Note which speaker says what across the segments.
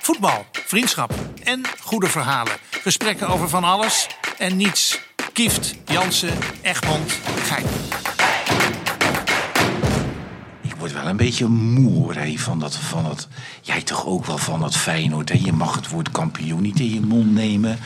Speaker 1: Voetbal, vriendschap en goede verhalen. Gesprekken over van alles en niets. Kieft, Jansen, Egmond, Gein.
Speaker 2: Ik word wel een beetje moe hoor, hè, van dat, van dat... Jij toch ook wel van dat Feyenoord, hè? Je mag het woord kampioen niet in je mond nemen.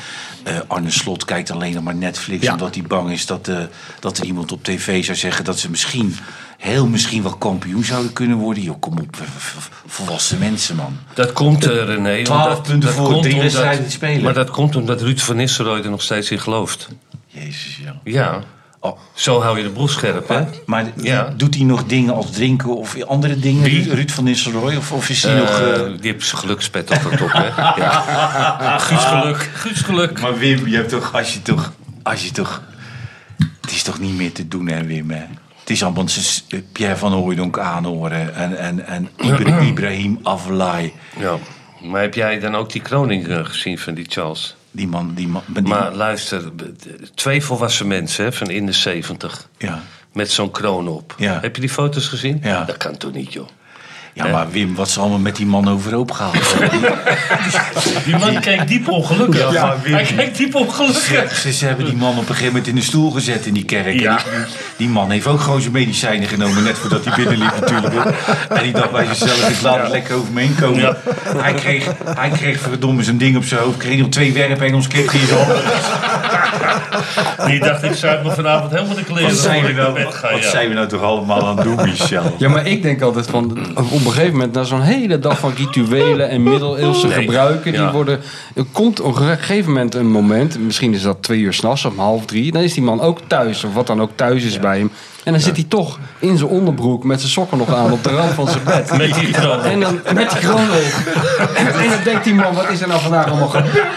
Speaker 2: Eh, Arne Slot kijkt alleen nog maar Netflix...
Speaker 3: Ja.
Speaker 2: omdat hij bang is dat, eh, dat er iemand op tv zou zeggen... dat ze misschien, heel misschien wel kampioen zouden kunnen worden. Joh, kom op, eh, v- v- volwassen mensen, man.
Speaker 4: Dat komt, eh, René. want
Speaker 2: 12
Speaker 4: dat-
Speaker 2: punten
Speaker 4: dat
Speaker 2: voor,
Speaker 4: komt
Speaker 2: drie
Speaker 4: omdat-
Speaker 2: wedstrijden te spelen.
Speaker 4: Maar dat komt omdat Ruud van Nistelrooy er nog steeds in gelooft.
Speaker 2: Jezus, ja.
Speaker 4: Ja,
Speaker 2: Oh,
Speaker 4: zo hou je de broek scherp, hè?
Speaker 2: maar
Speaker 4: Ja.
Speaker 2: doet hij nog dingen als drinken of andere dingen?
Speaker 4: Wie?
Speaker 2: Ruud van Nistelrooy? Of, of is hij
Speaker 4: Eh,
Speaker 2: nog... eh,
Speaker 4: Die heeft zijn gelukspet altijd op, hè? Ja. Guus geluk, Guus geluk.
Speaker 2: Maar Wim, je hebt toch, als je toch, als je toch... Het is toch niet meer te doen, hè, Wim, hè? Het is allemaal s- eh, Pierre van Hooijdonk aanhoren en, en, en Ibra- Ibrahim Afellay.
Speaker 4: Ja. Maar heb jij dan ook die kroning eh, gezien van die Charles?
Speaker 2: Die man, die man... die-
Speaker 4: Maar luister, b- d- twee volwassen mensen hè, van in de zeventig.
Speaker 2: ja.
Speaker 4: Met zo'n kroon op.
Speaker 2: Ja.
Speaker 4: Heb je die foto's gezien?
Speaker 2: Ja.
Speaker 4: Dat kan toch niet, joh.
Speaker 2: ja, maar Wim, wat ze allemaal met die man overhoop gehaald hebben.
Speaker 4: Die man kijkt diep ongelukkig.
Speaker 2: Ja, maar weer-
Speaker 4: Hij kijkt diep ongelukkig.
Speaker 2: Ze, ze hebben die man op een gegeven moment in een stoel gezet in die kerk.
Speaker 4: Ja.
Speaker 2: En die, die man heeft ook gewoon zijn medicijnen genomen, net voordat hij binnenliep natuurlijk. En die dacht bij zichzelf, ik laat het lekker over me heen komen.
Speaker 4: Ja.
Speaker 2: Hij, kreeg, hij kreeg verdomme zijn ding op zijn hoofd, kreeg nog twee werpen en ons kreeg hij zo.
Speaker 4: Die dacht, ik zou me vanavond helemaal de kleren
Speaker 2: Wat zijn we
Speaker 4: voor ik naar
Speaker 2: nou,
Speaker 4: bed ga.
Speaker 2: wat
Speaker 4: ja.
Speaker 2: zijn we nou toch allemaal aan het doen, Michel?
Speaker 5: Ja, maar ik denk altijd van, op een gegeven moment, na zo'n hele dag van rituelen en middeleeuwse
Speaker 4: Nee.
Speaker 5: gebruiken, die
Speaker 4: Ja.
Speaker 5: worden, er komt op een gegeven moment een moment, misschien is dat twee uur s'nachts of om half drie, dan is die man ook thuis, of wat dan ook thuis is bij hem. En dan zit hij toch in zijn onderbroek met zijn sokken nog aan op de rand van zijn bed.
Speaker 4: Met die kroon.
Speaker 5: En dan met die kroon op. En dan denkt die man, wat is er nou vandaag allemaal gebeurd?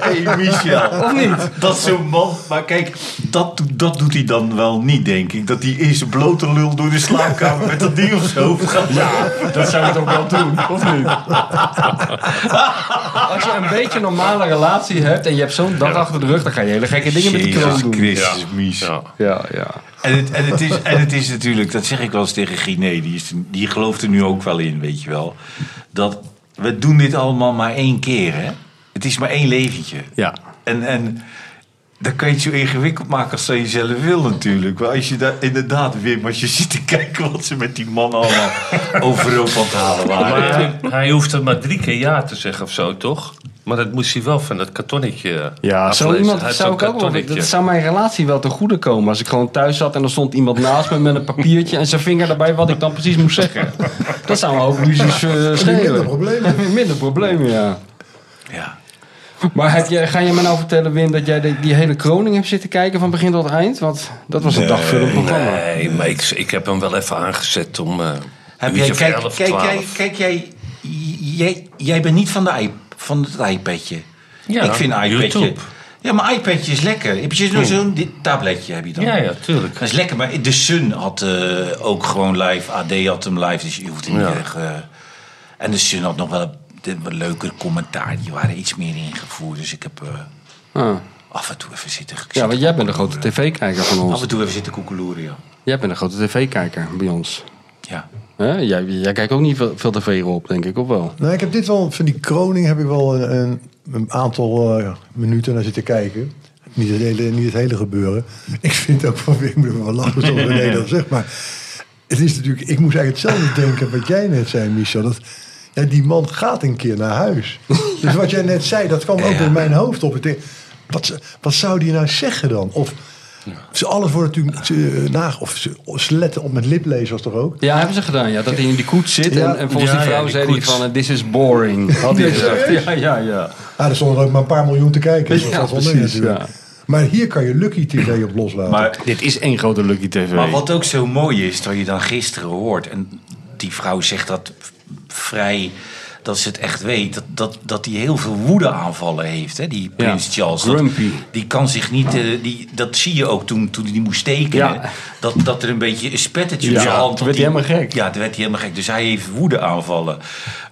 Speaker 2: Hé Michel. Of niet? Dat is zo'n man. Maar kijk, dat, doet- dat doet hij dan wel niet, denk ik. Dat hij in zijn blote lul door de slaapkamer met dat ding op zijn hoofd gaat. Ja.
Speaker 5: Dat zou ik toch wel doen, of niet? Als je een beetje een normale relatie hebt en je hebt zo'n dag achter de rug, dan ga je hele gekke dingen met die kroon
Speaker 2: Jezus
Speaker 5: doen.
Speaker 2: Christus, Mies.
Speaker 4: Ja.
Speaker 5: Ja, ja.
Speaker 2: En, het, en, het is, en het is natuurlijk, dat zeg ik wel eens tegen Guiné, die, is, die gelooft er nu ook wel in, weet je wel. Dat we doen dit allemaal maar één keer, hè? Het is maar één leventje.
Speaker 3: Ja.
Speaker 2: En, en dan kan je het zo ingewikkeld maken als dat je zelf wil natuurlijk. Maar als je daar inderdaad, Wim, als je ziet te kijken wat ze met die man allemaal overhoop aan het halen waren.
Speaker 4: Maar hij hoeft er maar drie keer ja te zeggen of zo, toch? Maar dat moest hij wel van dat kartonnetje
Speaker 5: Ja, Nou, zo
Speaker 4: aflezen.
Speaker 5: iemand
Speaker 4: Hij had zo'n
Speaker 5: zou ik ook wel,
Speaker 4: kartonnetje.
Speaker 5: dat zou mijn relatie wel ten goede komen. Als ik gewoon thuis zat en er stond iemand naast me met een papiertje en zijn vinger erbij wat ik dan precies moest zeggen. Dat zou me ook ruzies eh
Speaker 3: Minder
Speaker 5: schelen.
Speaker 3: problemen.
Speaker 5: Minder problemen, ja.
Speaker 2: Ja.
Speaker 5: Maar heb jij, ga je me nou vertellen, Wim, dat jij die, die hele kroning hebt zitten kijken van begin tot eind? Want dat was een dagvullend programma.
Speaker 4: Nee, maar ik, ik heb hem wel even aangezet om. eh
Speaker 2: Heb
Speaker 4: een
Speaker 2: jij,
Speaker 4: uurtje of
Speaker 2: kijk,
Speaker 4: elf,
Speaker 2: kijk, jij,
Speaker 4: twaalf.
Speaker 2: kijk jij, jij, jij bent niet van, de i- van het iPadje.
Speaker 4: Ja,
Speaker 2: ik vind iPadje.
Speaker 4: YouTube.
Speaker 2: Ja, maar iPadje is lekker. Heb je zo'n zo'n dit tabletje heb je dan?
Speaker 4: Ja, ja, tuurlijk.
Speaker 2: Dat is lekker, maar De Sun had eh, ook gewoon live. AD had hem live, dus je hoeft niet
Speaker 4: Ja.
Speaker 2: erg... eh, en De Sun had nog wel een, een wat leuker commentaar. Die waren iets meer ingevoerd, dus ik heb eh,
Speaker 5: Ah.
Speaker 2: af en toe even zitten...
Speaker 5: Ja, want jij bent een grote tv-kijker van
Speaker 2: Af
Speaker 5: ons.
Speaker 2: en toe even zitten koekeloeren, ja.
Speaker 5: Jij bent een grote tv-kijker bij ons.
Speaker 2: Ja.
Speaker 5: Hè? Jij, jij kijkt ook niet veel, veel tv op, denk ik, of wel?
Speaker 3: Nou, ik heb dit wel, van die kroning heb ik wel een, een, een aantal eh, minuten naar zitten kijken. Niet het, hele, niet het hele gebeuren. Ik vind ook van Wim de Van lachen zoals René dat zegt. Maar het is natuurlijk, ik moest eigenlijk hetzelfde denken wat jij net zei, Michel. Dat, ja, die man gaat een keer naar huis. Dus wat jij net zei, dat kwam ook in mijn hoofd op. Ik denk, Wat, z- wat zou die nou zeggen dan? Of ze alles wordt natuurlijk eh, na, of ze, ze letten op met liplezers toch ook?
Speaker 5: Ja, hebben ze gedaan. Ja, dat hij in die koets zit.
Speaker 3: Ja.
Speaker 5: En, en volgens
Speaker 4: Ja,
Speaker 5: die vrouw
Speaker 4: ja, die
Speaker 5: zei hij
Speaker 4: koets.
Speaker 5: van... eh, This is boring. Had hij
Speaker 3: Nee,
Speaker 5: gezegd.
Speaker 3: serieus?
Speaker 5: Ja, ja, ja.
Speaker 3: Ah, er stonden ook maar een paar miljoen te kijken. Dus
Speaker 5: Ja,
Speaker 3: dat valt wel mee
Speaker 5: precies,
Speaker 3: natuurlijk.
Speaker 5: ja.
Speaker 3: Maar hier kan je Lucky TV op loslaten.
Speaker 2: Maar
Speaker 5: Dit is één grote Lucky TV.
Speaker 2: Maar wat ook zo mooi is, dat je dan gisteren hoort... en die vrouw zegt dat v- vrij, dat ze het echt weet... dat hij dat, dat die heel veel woedeaanvallen heeft, hè, die
Speaker 5: Ja,
Speaker 2: prins Charles. Dat-
Speaker 5: grumpy.
Speaker 2: die kan zich niet... eh, die, dat zie je ook toen, toen hij die moest tekenen.
Speaker 5: Ja.
Speaker 2: Dat, dat er een beetje een spettertje
Speaker 5: Ja,
Speaker 2: in zijn hand...
Speaker 5: toen
Speaker 2: dat
Speaker 5: werd hij
Speaker 2: die-
Speaker 5: helemaal gek.
Speaker 2: Ja, toen werd hij helemaal gek. Dus hij heeft woedeaanvallen.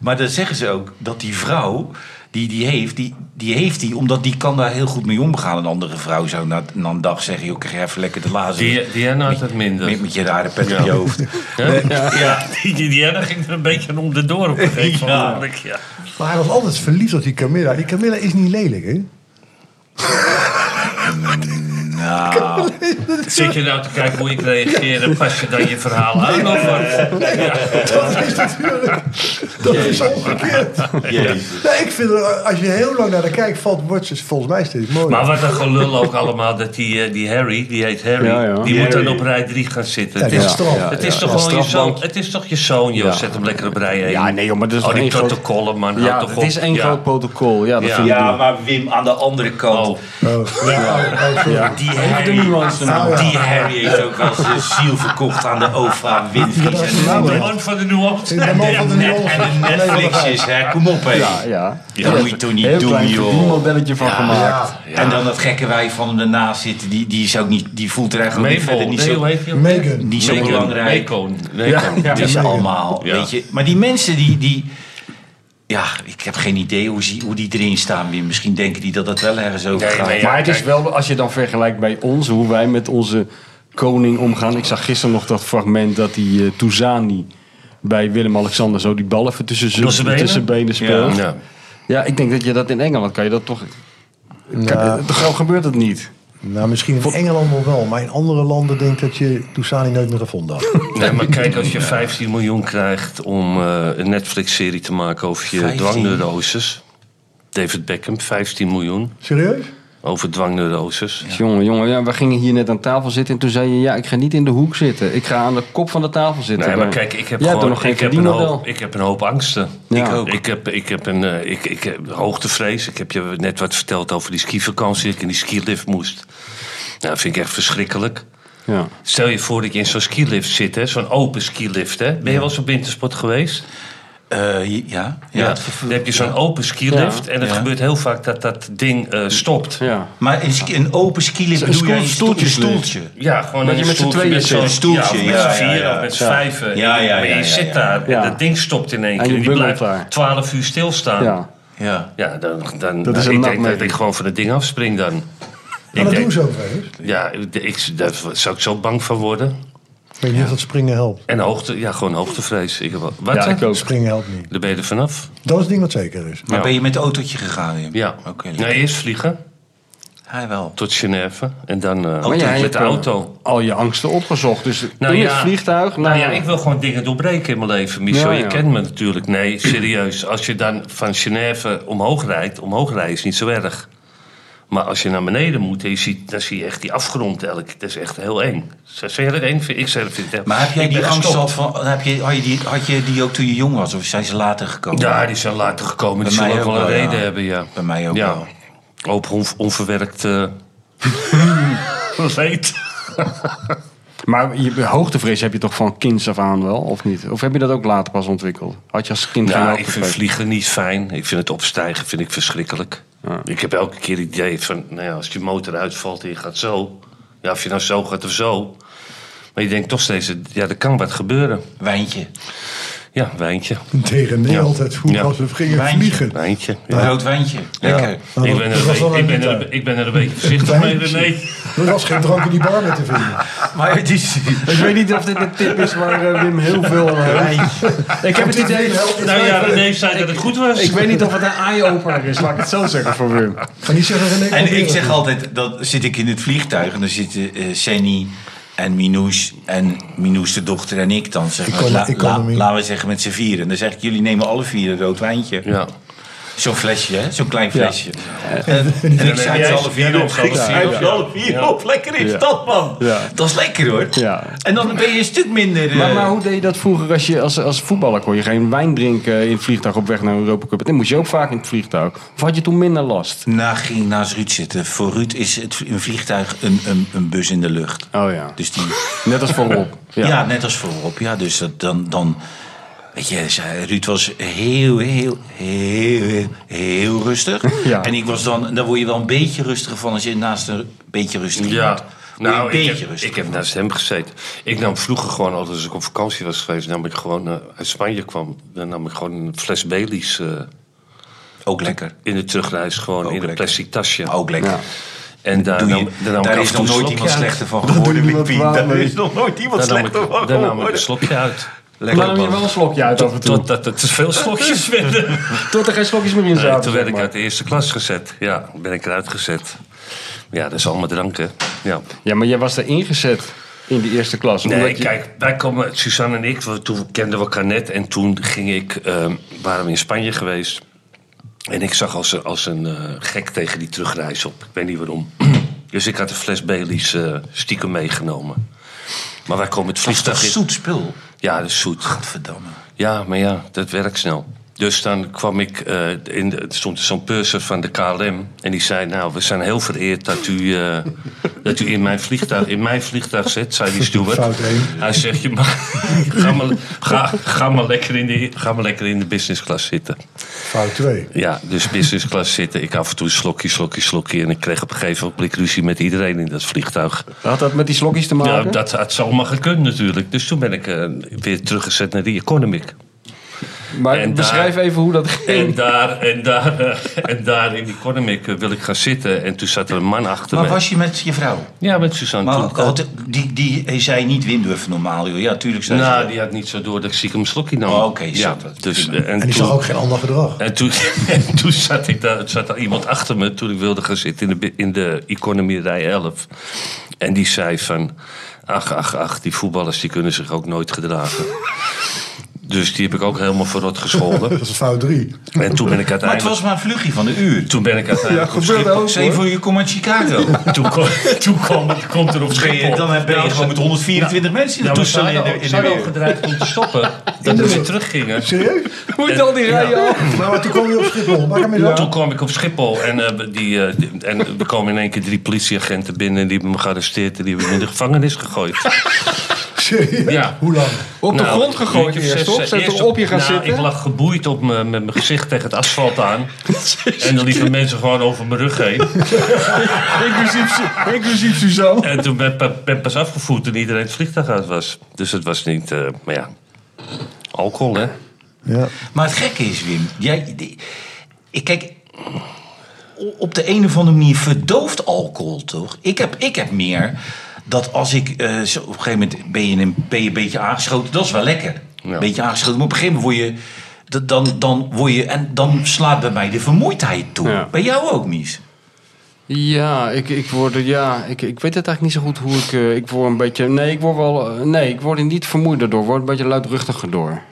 Speaker 2: Maar dan zeggen ze ook dat die vrouw... die die heeft, die, die heeft hij, omdat die kan daar heel goed mee omgaan. Een andere vrouw zou na, na een dag zeggen, joh, krijg jij even lekker de lazen.
Speaker 4: Die, Diana had het minder.
Speaker 2: met, met je rare pet op je
Speaker 4: Ja.
Speaker 2: hoofd.
Speaker 4: Hè? Ja, die die Diana ging er een beetje om de door op een gegeven moment. Ja.
Speaker 3: Maar hij was altijd verliefd op die Camilla. Die Camilla is niet lelijk, hè?
Speaker 2: Nou,
Speaker 4: Zit je nou te kijken hoe ik reageer en pas je dan je verhaal aan of wat?
Speaker 3: Dat is natuurlijk... Dat is omgekeerd.
Speaker 2: jezus.
Speaker 3: Nee, ik vind, er, als je heel lang naar de kijk valt, wordt ze volgens mij steeds mooier.
Speaker 4: Maar wat een gelul ook allemaal dat die, eh, die Harry, die heet Harry,
Speaker 5: Ja, ja.
Speaker 4: die moet dan op rij 3 gaan zitten. het,
Speaker 3: dat is
Speaker 4: is,
Speaker 3: straf.
Speaker 4: het is
Speaker 5: ja.
Speaker 4: toch
Speaker 5: Ja,
Speaker 4: gewoon je
Speaker 5: strafbank.
Speaker 4: zoon? Het is toch je zoon, joh?
Speaker 5: Ja.
Speaker 4: Zet hem lekker op rij 1.
Speaker 5: Ja, nee, joh, maar dat is
Speaker 4: oh, die
Speaker 5: één groot-
Speaker 4: protocollen, man.
Speaker 5: Ja,
Speaker 4: Houd toch
Speaker 5: het
Speaker 4: op.
Speaker 5: is één
Speaker 4: Ja.
Speaker 5: groot protocol. Ja, dat
Speaker 4: Ja.
Speaker 5: vind ik
Speaker 2: Ja,
Speaker 5: niet.
Speaker 2: maar Wim, aan de andere kant.
Speaker 4: Oh,
Speaker 3: Oh, ja, oh, oh, sorry.
Speaker 2: Die
Speaker 5: Even de
Speaker 2: Harry,
Speaker 5: nuance nou.
Speaker 2: die Harry heeft ook wel zijn ziel verkocht aan de OVA Winfries. En de-
Speaker 4: de man van de nuance.
Speaker 3: De man van de nuance.
Speaker 2: En de Netflixjes, hè. Kom op, hé.
Speaker 5: Ja, ja.
Speaker 2: Ja, dat moet je toch niet
Speaker 5: Heel
Speaker 2: doen,
Speaker 5: klein
Speaker 2: joh.
Speaker 5: verdienmodelletje van gemaakt.
Speaker 2: En dan dat gekke wijf van hem ernaast zitten, die, die, is ook niet, die voelt er eigenlijk ook
Speaker 4: Mabel,
Speaker 2: verder niet
Speaker 4: nee,
Speaker 2: zo,
Speaker 4: hoe heet die ook?
Speaker 3: Megan.
Speaker 2: niet zo
Speaker 4: Megan,
Speaker 2: belangrijk.
Speaker 4: Megan, Megan.
Speaker 2: Het is allemaal,
Speaker 4: Ja.
Speaker 2: weet je. Maar die mensen die... die ja, ik heb geen idee hoe, ze, hoe die erin staan. Wim. Misschien denken die dat dat wel ergens over
Speaker 4: Nee,
Speaker 2: gaat.
Speaker 4: nee,
Speaker 5: Maar
Speaker 4: Ja,
Speaker 5: het is
Speaker 4: kijk.
Speaker 5: wel, als je dan vergelijkt bij ons, hoe wij met onze koning omgaan. Ik zag gisteren nog dat fragment dat die eh Touzani bij Willem-Alexander zo die bal even tussen zijn
Speaker 4: Door zijn benen?
Speaker 5: tussen benen speelt. Ja.
Speaker 4: Ja.
Speaker 5: ik denk dat je dat in Engeland kan je dat toch...
Speaker 3: Nou,
Speaker 5: Zo gebeurt het niet.
Speaker 3: nou, misschien in Engeland nog wel, maar in andere landen denk ik dat je Toussaint nooit meer gevonden had.
Speaker 4: Nee, maar kijk, als je 15 miljoen krijgt om eh, een Netflix-serie te maken over je
Speaker 2: 15?
Speaker 4: dwangneuroses. David Beckham, 15 miljoen
Speaker 3: Serieus?
Speaker 4: over dwangneuroses.
Speaker 5: Dus Jongen, jongen, ja, we gingen hier net aan tafel zitten en toen zei je... ja, ik ga niet in de hoek zitten. Ik ga aan de kop van de tafel zitten.
Speaker 4: Nee, maar
Speaker 5: Dan-
Speaker 4: kijk, ik heb
Speaker 5: Jij hebt er
Speaker 4: gewoon
Speaker 5: nog geen
Speaker 4: ik heb, een
Speaker 5: verdienmodel.
Speaker 4: hoop, ik heb een hoop angsten.
Speaker 5: Ja.
Speaker 4: Ik ook. Ik heb, ik heb een eh, ik, ik heb hoogtevrees. Ik heb je net wat verteld over die skivakantie. Dat ik in die skilift moest. Nou, dat vind ik echt verschrikkelijk.
Speaker 5: Ja.
Speaker 4: Stel je voor dat je in zo'n skilift zit, hè, zo'n open skilift. Hè. Ben je wel eens op wintersport geweest?
Speaker 2: Eh, ja, ja,
Speaker 4: Ja.
Speaker 2: het vervoer-
Speaker 4: Dan heb je zo'n open skilift.
Speaker 5: Ja.
Speaker 4: En het
Speaker 2: Ja.
Speaker 4: gebeurt heel vaak dat dat ding eh, stopt. Ja.
Speaker 5: Ja.
Speaker 2: Maar een, ski- een open skilift
Speaker 5: Een
Speaker 2: doe je een
Speaker 5: stoel-
Speaker 2: stoeltje.
Speaker 5: stoeltje.
Speaker 2: stoeltje.
Speaker 4: gewoon
Speaker 5: Dat
Speaker 4: in een
Speaker 5: je met z'n
Speaker 4: stoeltje,
Speaker 5: tweeën
Speaker 4: met
Speaker 5: zit.
Speaker 4: zo'n
Speaker 2: Stoeltje,
Speaker 4: Ja, of met
Speaker 2: ja,
Speaker 4: z'n
Speaker 2: ja,
Speaker 4: vieren
Speaker 2: ja.
Speaker 4: of met z'n
Speaker 5: Ja.
Speaker 4: vijven.
Speaker 2: Ja, ja,
Speaker 4: maar je
Speaker 2: ja, ja,
Speaker 4: zit
Speaker 2: ja.
Speaker 4: daar en
Speaker 5: Ja.
Speaker 4: dat ding stopt in één keer.
Speaker 5: je
Speaker 4: die
Speaker 5: bungelt
Speaker 4: blijft
Speaker 5: daar.
Speaker 4: 12 uur stilstaan.
Speaker 5: Ja.
Speaker 2: Ja.
Speaker 4: Ja, dan, dan, nou,
Speaker 5: Dat is een
Speaker 4: ik denk dat
Speaker 5: nachtmerrie.
Speaker 4: ik gewoon van het ding afspring dan.
Speaker 3: Maar Nou, dat
Speaker 4: denk-
Speaker 3: doen ze ook wel eens.
Speaker 4: Ja, ik- ik, daar zou ik zo bang van worden.
Speaker 3: Ik weet niet of dat springen helpt.
Speaker 4: En hoogte, ja, gewoon hoogtevrees. Ik heb, wel- wat?
Speaker 5: Ja,
Speaker 4: hè?
Speaker 5: ik ook.
Speaker 3: Springen helpt niet.
Speaker 4: Daar ben je er vanaf.
Speaker 3: Dat is het ding wat zeker is.
Speaker 2: Maar
Speaker 4: Ja.
Speaker 2: ben je met het autootje gegaan, Wim?
Speaker 4: Ja.
Speaker 2: Oké.
Speaker 4: nou, eerst vliegen
Speaker 2: Hij wel.
Speaker 4: tot Genève en dan eh,
Speaker 5: Maar jij
Speaker 4: met
Speaker 5: hebt
Speaker 4: de
Speaker 5: eh,
Speaker 4: auto.
Speaker 5: al je angsten opgezocht. Dus
Speaker 4: Nou
Speaker 5: in
Speaker 4: ja.
Speaker 5: het vliegtuig...
Speaker 4: Nou ja, ik wil gewoon dingen doorbreken in mijn leven. Michel,
Speaker 5: Ja, ja.
Speaker 4: je kent me natuurlijk. Nee, serieus. Als je dan van Genève omhoog rijdt, omhoog rijden is niet zo erg. Maar als je naar beneden moet, en je ziet, dan zie je echt die afgrond elk. Dat is echt heel eng. Zou jij dat eng vinden? Ik zou dat vinden.
Speaker 2: Maar heb jij
Speaker 4: Ik ben
Speaker 2: die angst
Speaker 4: gestopt.
Speaker 2: al van, heb je, had, je die, had je die ook toen je jong was? Of zijn ze later gekomen?
Speaker 4: Ja, die zijn later gekomen. Die
Speaker 2: Bij mij
Speaker 4: zullen ook
Speaker 2: ook
Speaker 4: wel
Speaker 2: wel,
Speaker 4: een reden
Speaker 2: ja.
Speaker 4: hebben, ja.
Speaker 2: Bij mij ook
Speaker 4: ja.
Speaker 2: wel.
Speaker 4: Ook on- onverwerkt... eh, leed.
Speaker 5: Maar je, hoogtevrees heb je toch van kinds af aan wel, of niet? Of heb je dat ook later pas ontwikkeld? Had je als kind geen
Speaker 4: Nou, ik vind
Speaker 5: hoogtevrees?
Speaker 4: vliegen niet fijn. Ik vind het opstijgen vind ik verschrikkelijk. Ik heb elke keer het idee van, nou ja, als die motor uitvalt en je gaat zo. Ja, of je nou zo gaat of zo. Maar je denkt toch steeds, ja, er kan wat gebeuren.
Speaker 2: Wijntje.
Speaker 4: Ja, wijntje.
Speaker 3: Tegen Nederland altijd goed
Speaker 4: Ja.
Speaker 3: als we gingen
Speaker 2: Wijntje.
Speaker 3: vliegen.
Speaker 4: Wijntje.
Speaker 2: Een
Speaker 4: Ja.
Speaker 2: rood wijntje. Lekker.
Speaker 3: Nou,
Speaker 4: Ik,
Speaker 3: dat-
Speaker 4: ben
Speaker 3: dat
Speaker 4: er,
Speaker 3: was wel
Speaker 4: een- ik,
Speaker 3: een
Speaker 4: ben
Speaker 3: detail.
Speaker 4: er, ik ben er een beetje voorzichtig mee,
Speaker 3: Wijntje.
Speaker 4: René.
Speaker 3: Er was geen drank in die bar meer te vinden.
Speaker 2: Maar het is...
Speaker 5: Ik weet niet of dit een tip is waar eh, Wim heel veel aan heeft. Ik heb het idee...
Speaker 4: Nou ja, René zei dat het goed was.
Speaker 5: Ik weet niet of het een eye-opener is, laat ik het zo zeggen voor Wim.
Speaker 3: Ga niet zeggen René.
Speaker 2: En
Speaker 3: probeer
Speaker 2: ik
Speaker 3: het
Speaker 2: zeg
Speaker 3: niet.
Speaker 2: altijd, dan zit ik in het vliegtuig en dan zitten eh Senny en Minous en Minous de dochter en ik dan. Zeg maar,
Speaker 3: kon-
Speaker 2: la-
Speaker 3: ik kon
Speaker 2: la-
Speaker 3: hem niet.
Speaker 2: laten we zeggen met z'n vieren. En dan zeg ik, jullie nemen alle vier een rood wijntje.
Speaker 4: Ja.
Speaker 2: Zo'n flesje, hè? Zo'n klein flesje. Eh, En, en
Speaker 4: neem
Speaker 2: ik zei
Speaker 4: jij-
Speaker 2: ze alle
Speaker 4: jij
Speaker 2: vier op.
Speaker 4: neemt ze alle
Speaker 2: Ik zei,
Speaker 4: vier
Speaker 2: "Neem
Speaker 4: op,
Speaker 2: ze
Speaker 4: ja.
Speaker 2: alle vier
Speaker 4: Ja.
Speaker 2: op. Lekker is
Speaker 5: Ja.
Speaker 2: dat, man.
Speaker 5: Ja.
Speaker 2: Dat is lekker, hoor.
Speaker 5: Ja.
Speaker 2: En dan ben je een stuk minder... eh,
Speaker 5: Maar, maar hoe deed je dat vroeger als, je, als, als voetballer? Kon je geen wijn drinken in het vliegtuig op weg naar een Europa Cup? Dan moest je ook vaak in het vliegtuig. Of had je toen minder last?
Speaker 2: Na ging naast Ruud zitten. Voor Ruud is het, een vliegtuig een, een, een bus in de lucht.
Speaker 5: Oh ja,
Speaker 2: Dus die...
Speaker 5: net als voor Rob.
Speaker 2: Ja. net als voorop. Ja, dus dat, dan, dan... Weet je, zei- Ruud was heel, heel, heel, heel, heel rustig.
Speaker 5: Ja.
Speaker 2: En ik was dan... Dan word je wel een beetje rustiger van als je naast een beetje rustig
Speaker 4: Ja,
Speaker 2: Nou,
Speaker 4: nou,
Speaker 2: een beetje
Speaker 4: ik heb,
Speaker 2: rustig.
Speaker 4: ik heb naast hem gezeten. Ik nam vroeger gewoon, altijd als ik op vakantie was geweest, nam ik gewoon, eh, uit Spanje kwam, dan nam ik gewoon een fles Baileys. eh,
Speaker 2: Ook lekker.
Speaker 4: in de terugreis gewoon in een
Speaker 2: lekker.
Speaker 4: plastic tasje.
Speaker 2: Ook lekker.
Speaker 5: Ja.
Speaker 4: En daar,
Speaker 2: Doe je-
Speaker 4: nam, Oh, daar, nam
Speaker 2: daar
Speaker 4: ik
Speaker 2: is
Speaker 4: af en toe
Speaker 2: nog
Speaker 4: een
Speaker 2: nooit
Speaker 4: slokje
Speaker 2: iemand
Speaker 4: uit.
Speaker 2: slechter van geworden,
Speaker 3: doe je
Speaker 2: Big
Speaker 3: wat
Speaker 2: Piet.
Speaker 3: waar
Speaker 2: Daar
Speaker 3: mee.
Speaker 2: is nog nooit iemand
Speaker 4: Daar nam ik,
Speaker 2: slechter van
Speaker 4: daar nam ik een
Speaker 2: geworden.
Speaker 4: slokje uit.
Speaker 5: Maar
Speaker 2: Lekker
Speaker 5: dan heb je wel een
Speaker 2: man.
Speaker 5: slokje uit af en toe.
Speaker 4: Totdat er te veel slokjes werden.
Speaker 5: Tot er geen slokjes meer in zaten.
Speaker 4: toen
Speaker 5: zeg
Speaker 4: werd ik
Speaker 5: maar.
Speaker 4: uit de eerste klas gezet. Ja, ben ik eruit gezet. Ja, dat is allemaal drank, hè. Ja.
Speaker 5: Ja, maar jij was er ingezet in de eerste klas.
Speaker 4: Nee,
Speaker 5: omdat je-
Speaker 4: kijk, wij komen, Suzanne en ik, we- toen kenden we elkaar net. En toen ging ik, ehm, waren we in Spanje geweest. En ik zag als, een- als een eh, gek tegen die terugreis op. Ik weet niet waarom. dus ik had een fles Baileys eh, stiekem meegenomen. Maar wij komen het
Speaker 2: Is dat
Speaker 4: vliegtuig in.
Speaker 2: zoet spul?
Speaker 4: Ja, dat is zoet.
Speaker 2: Verdamme.
Speaker 4: Ja, maar ja, dat werkt snel. Dus dan kwam ik, eh, in de, er stond zo'n purser van de KLM. En die zei, nou, we zijn heel vereerd dat u, eh, dat u in, mijn vliegtuig, in mijn vliegtuig zit, zei die steward.
Speaker 3: Fout één.
Speaker 4: Hij zegt, je mag, ga, maar, ga, ga, maar lekker in de, ga maar lekker in de business class zitten.
Speaker 3: Fout 2.
Speaker 4: Ja, dus business class zitten. Ik af en toe slokje, slokje, slokje. En ik kreeg op een gegeven moment ruzie met iedereen in dat vliegtuig.
Speaker 5: Had dat met die slokjes te maken?
Speaker 4: Ja, dat had zomaar gekund natuurlijk. Dus toen ben ik eh, weer teruggezet naar die economic.
Speaker 5: maar
Speaker 4: en
Speaker 5: beschrijf
Speaker 4: daar-
Speaker 5: even hoe dat ging.
Speaker 4: En daar, en daar, eh, en daar in die Cornemic eh, wil ik gaan zitten. En toen zat er een man achter
Speaker 2: Maar
Speaker 4: me.
Speaker 2: was je met je vrouw?
Speaker 4: Ja, met Suzanne.
Speaker 2: Maar
Speaker 4: toen, eh,
Speaker 2: had- die, die, hij zei niet Windurf normaal, joh. Ja, tuurlijk zei ze
Speaker 4: nou,
Speaker 2: dat.
Speaker 4: die had niet zo door dat ik stiekem een slokje nam.
Speaker 2: Oh, oké,
Speaker 4: ja,
Speaker 2: zat dat.
Speaker 4: dus, eh,
Speaker 2: Prima.
Speaker 4: en,
Speaker 3: En die
Speaker 4: toen,
Speaker 3: zag ook geen ander gedrag.
Speaker 4: en, toen, en toen zat ik daar, zat daar iemand achter me toen ik wilde gaan zitten in de, bi- in de economy rij 11. En die zei van, ach, ach, ach, die voetballers die kunnen zich ook nooit gedragen. dus die heb ik ook helemaal verrot gescholden.
Speaker 3: Dat is fout 3.
Speaker 4: En toen
Speaker 2: Maar
Speaker 4: ben ik
Speaker 2: het
Speaker 4: uiteindelijk...
Speaker 2: was maar een vlugje van een uur.
Speaker 4: Toen ben ik uiteindelijk
Speaker 5: Ja,
Speaker 4: op
Speaker 5: gebeurt
Speaker 4: Schiphol-
Speaker 5: ook,
Speaker 2: Zee voor je kom uit Chicago.
Speaker 4: Toen, kwam- toen kwam, komt er op
Speaker 2: Ben je-
Speaker 4: Schiphol.
Speaker 2: Dan heb je gewoon met 124 mensen in de
Speaker 4: Ja, maar ze
Speaker 2: toestel in de-
Speaker 4: hadden
Speaker 2: in
Speaker 4: ze hadden al
Speaker 2: de
Speaker 4: gedreigd om te stoppen. Dat we weer teruggingen.
Speaker 3: Serieus?
Speaker 5: Hoe je al die rijen af?
Speaker 3: Maar, maar toen kwam je op Schiphol. Maak hem eens uit.
Speaker 4: Toen kwam ik op Schiphol en, eh, die, eh, die- en er komen in één keer drie politieagenten binnen. en Die hebben me gearresteerd en die hebben me in de gevangenis gegooid.
Speaker 3: Serieus?
Speaker 4: Ja.
Speaker 3: Hoe lang?
Speaker 5: Op de
Speaker 4: Nou,
Speaker 5: grond gegooid
Speaker 4: een uurtje of
Speaker 5: eerst,
Speaker 4: zes,
Speaker 5: toch?
Speaker 4: eh,
Speaker 5: Zijn
Speaker 4: eerst
Speaker 5: toch op je gaan
Speaker 4: nou, Ik
Speaker 5: zitten?
Speaker 4: lag geboeid op me, met mijn gezicht tegen het asfalt aan. en dan liepen mensen gewoon over mijn rug heen.
Speaker 5: Inclusief, inclusief Suzanne.
Speaker 4: En toen ben ik ben pas afgevoerd toen iedereen het vliegtuig uit was. Dus het was niet, eh, maar ja, alcohol hè.
Speaker 3: Ja.
Speaker 2: Maar het gekke is, Wim, jij, die- ik kijk, o- op de een of andere manier verdooft alcohol toch? Ik heb, ik heb meer dat als ik, eh, zo, op een gegeven moment ben je, een, ben je een beetje aangeschoten, dat is wel lekker.
Speaker 4: Ja.
Speaker 2: Een beetje aangeschoten, maar op een gegeven moment word je, dat- dan, dan word je, en dan slaat bij mij de vermoeidheid toe.
Speaker 5: Ja.
Speaker 2: Bij jou ook, Mies.
Speaker 5: Ja, ik, ik word er- ja, ik, ik weet het eigenlijk niet zo goed hoe ik, eh, ik word een beetje, nee, ik word wel, eh, nee, ik word er niet vermoeider door, ik word een beetje luidruchtiger door.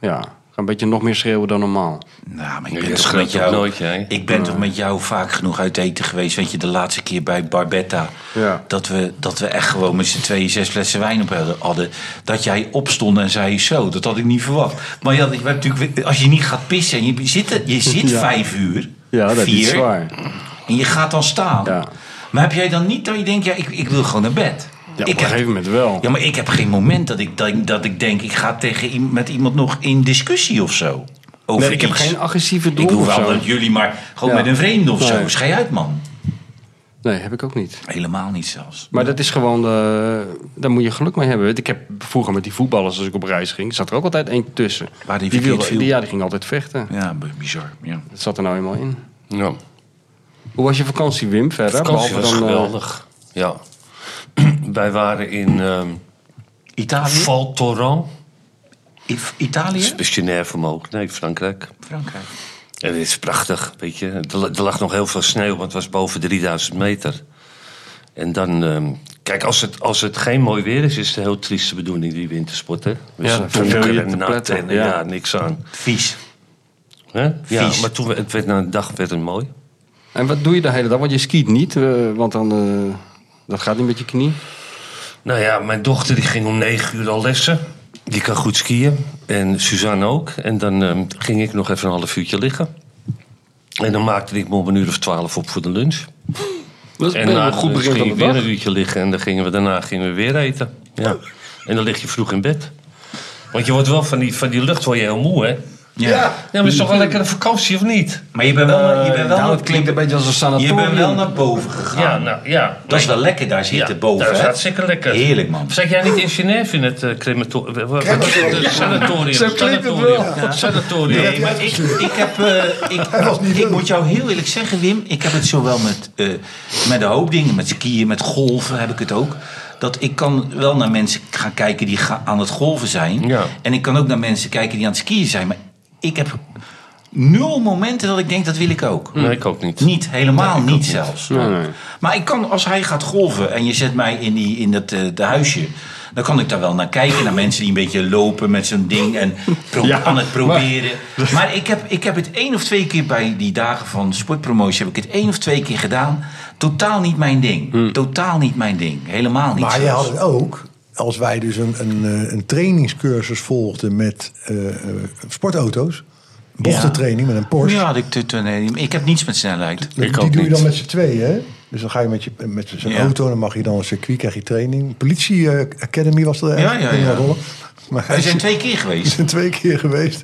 Speaker 5: Ja, ik ga een beetje nog meer schreeuwen dan normaal.
Speaker 2: Nou, maar
Speaker 4: Ja,
Speaker 2: ik
Speaker 4: jij
Speaker 2: ben, toch
Speaker 4: schreeuwt
Speaker 2: met,
Speaker 4: op
Speaker 2: jou,
Speaker 4: nooit, jij.
Speaker 2: ik ben toch met jou vaak genoeg uit eten geweest. Weet je, de laatste keer bij Barbetta.
Speaker 5: Ja.
Speaker 2: Dat, we, dat we echt gewoon met z'n tweeën zes flessen wijn op hadden- hadden. Dat jij opstond en zei zo. Dat had ik niet verwacht. Maar ja, je hebt natuurlijk, als je niet gaat pissen en je zit, je zit
Speaker 5: Ja.
Speaker 2: vijf uur.
Speaker 5: Ja, dat
Speaker 2: vier,
Speaker 5: is zwaar.
Speaker 2: En je gaat dan staan.
Speaker 5: Ja.
Speaker 2: Maar heb jij dan niet dat je denkt, ja, ik, ik wil gewoon naar bed.
Speaker 5: Ja, op een
Speaker 2: ik heb,
Speaker 5: gegeven moment wel.
Speaker 2: ja, maar ik heb geen moment dat ik, dat ik, dat ik denk, ik ga tegen, iem- met iemand nog in discussie of zo. Over
Speaker 5: Nee, ik heb
Speaker 2: iets.
Speaker 5: geen agressieve
Speaker 2: Ik
Speaker 5: doel
Speaker 2: doe
Speaker 5: of
Speaker 2: wel
Speaker 5: zo.
Speaker 2: dat jullie, maar gewoon
Speaker 5: Ja.
Speaker 2: met een vreemde of zo.
Speaker 5: Nee.
Speaker 2: Schei uit, man.
Speaker 5: Nee, heb ik ook niet.
Speaker 2: Helemaal niet zelfs.
Speaker 5: Maar dat is gewoon, eh, daar moet je geluk mee hebben. Ik heb vroeger met die voetballers, als ik op reis ging, zat er ook altijd één tussen.
Speaker 2: Waar die verkeerd viel.
Speaker 5: die, Ja, die ging altijd vechten.
Speaker 2: Ja, b- bizar. Ja.
Speaker 5: Dat zat er nou eenmaal in.
Speaker 4: Ja.
Speaker 5: Hoe was je vakantie, Wim, verder?
Speaker 4: Vakantie was
Speaker 5: Behalve dan, eh,
Speaker 4: geweldig. Ja. Wij waren in ehm
Speaker 2: Italië?
Speaker 4: Val Thorens.
Speaker 2: I- Italië?
Speaker 4: Dat is Genève omhoog. Nee, Frankrijk.
Speaker 2: Frankrijk.
Speaker 4: En dit is prachtig, weet je. Er, la- er lag nog heel veel sneeuw, want het was boven 3000 meter. En dan... ehm, kijk, als het, als het geen mooi weer is, is het een heel trieste bedoeling, die wintersport, hè. Dus
Speaker 5: Ja, dan verveel je
Speaker 4: donker
Speaker 5: te
Speaker 4: en nat
Speaker 5: pletten,
Speaker 4: en eh,
Speaker 5: ja.
Speaker 4: ja. niks aan.
Speaker 2: Vies.
Speaker 4: Hè? Ja,
Speaker 2: Vies.
Speaker 4: maar toen we- het werd na een dag werd het mooi.
Speaker 5: En wat doe je de hele dag? Want je skiet niet, eh, want dan eh, dat gaat niet met je knie.
Speaker 4: Nou ja, mijn dochter die ging om negen uur al lessen. Die kan goed skiën. En Suzanne ook. En dan ehm, ging ik nog even een half uurtje liggen. En dan maakte ik me om een uur of twaalf op voor de lunch.
Speaker 5: Dat is
Speaker 4: En
Speaker 5: een
Speaker 4: na
Speaker 5: goed
Speaker 4: lunch
Speaker 5: begin
Speaker 4: ging
Speaker 5: van de
Speaker 4: ik weer
Speaker 5: dag.
Speaker 4: een uurtje liggen. En dan gingen we, daarna gingen we weer eten. Ja. En dan lig je vroeg in bed. Want je wordt wel van die, van die lucht word je heel moe, hè?
Speaker 2: Ja.
Speaker 4: Ja, maar het is toch wel lekker een vakantie, of niet?
Speaker 2: Maar je bent wel, naar- je bent wel,
Speaker 5: Nou,
Speaker 2: naar-
Speaker 5: het klinkt een beetje als een
Speaker 2: je
Speaker 5: sanatorium.
Speaker 2: bent wel naar boven gegaan.
Speaker 4: Ja, nou ja.
Speaker 2: Dat is wel lekker daar
Speaker 4: Ja,
Speaker 2: zitten boven.
Speaker 4: Dat is
Speaker 2: hè?
Speaker 4: hartstikke lekker.
Speaker 2: Heerlijk man.
Speaker 4: Zeg jij niet in Genève in het eh, crematorium? Wat is het? Eh, Sanatorium.
Speaker 5: Zo klinkt het wel.
Speaker 4: Sanatorium. Sanatorium.
Speaker 2: Nee, maar ik, ik heb. eh, ik, ik moet jou heel eerlijk zeggen, Wim. Ik heb het zowel met, eh, met een hoop dingen, met skiën, met golven heb ik het ook. Dat ik kan wel naar mensen gaan kijken die ga- aan het golven zijn.
Speaker 4: Ja.
Speaker 2: En ik kan ook naar mensen kijken die aan het skiën zijn. Maar ik heb nul momenten dat ik denk dat wil ik ook.
Speaker 4: Nee, ik ook niet.
Speaker 2: Niet, helemaal niet, zelfs.
Speaker 5: Nee, nee.
Speaker 2: Maar ik kan, als hij gaat golven en je zet mij in, die, in dat eh, de huisje... dan kan ik daar wel naar kijken. Naar mensen die een beetje lopen met zo'n ding en pro- aan het proberen. Maar, ik, heb, ik heb het één of twee keer bij die dagen van sportpromotie... heb ik het één of twee keer gedaan. Totaal niet mijn ding. Totaal niet mijn ding. Helemaal niet
Speaker 3: Maar je
Speaker 2: zelfs.
Speaker 3: had het ook, als wij dus een, een, eh, een trainingscursus volgden met eh, eh, sportauto's. Bochtentraining met een Porsche.
Speaker 2: Ja, ik, t- t- nee, ik heb niets met snelheid.
Speaker 3: Die
Speaker 4: Ik ook
Speaker 3: doe je
Speaker 4: niet.
Speaker 3: dan met z'n tweeën, hè? Dus dan ga je met, je, met zo'n
Speaker 2: Ja.
Speaker 3: auto, dan mag je dan een circuit, krijg je training. Politie eh, Academy was er
Speaker 2: Ja,
Speaker 3: ergens,
Speaker 2: ja,
Speaker 3: in
Speaker 2: ja.
Speaker 3: Noord-Holland. Maar
Speaker 2: We
Speaker 3: hij
Speaker 2: zijn
Speaker 3: zit-
Speaker 2: twee keer
Speaker 3: we
Speaker 2: geweest.
Speaker 3: zijn twee keer geweest.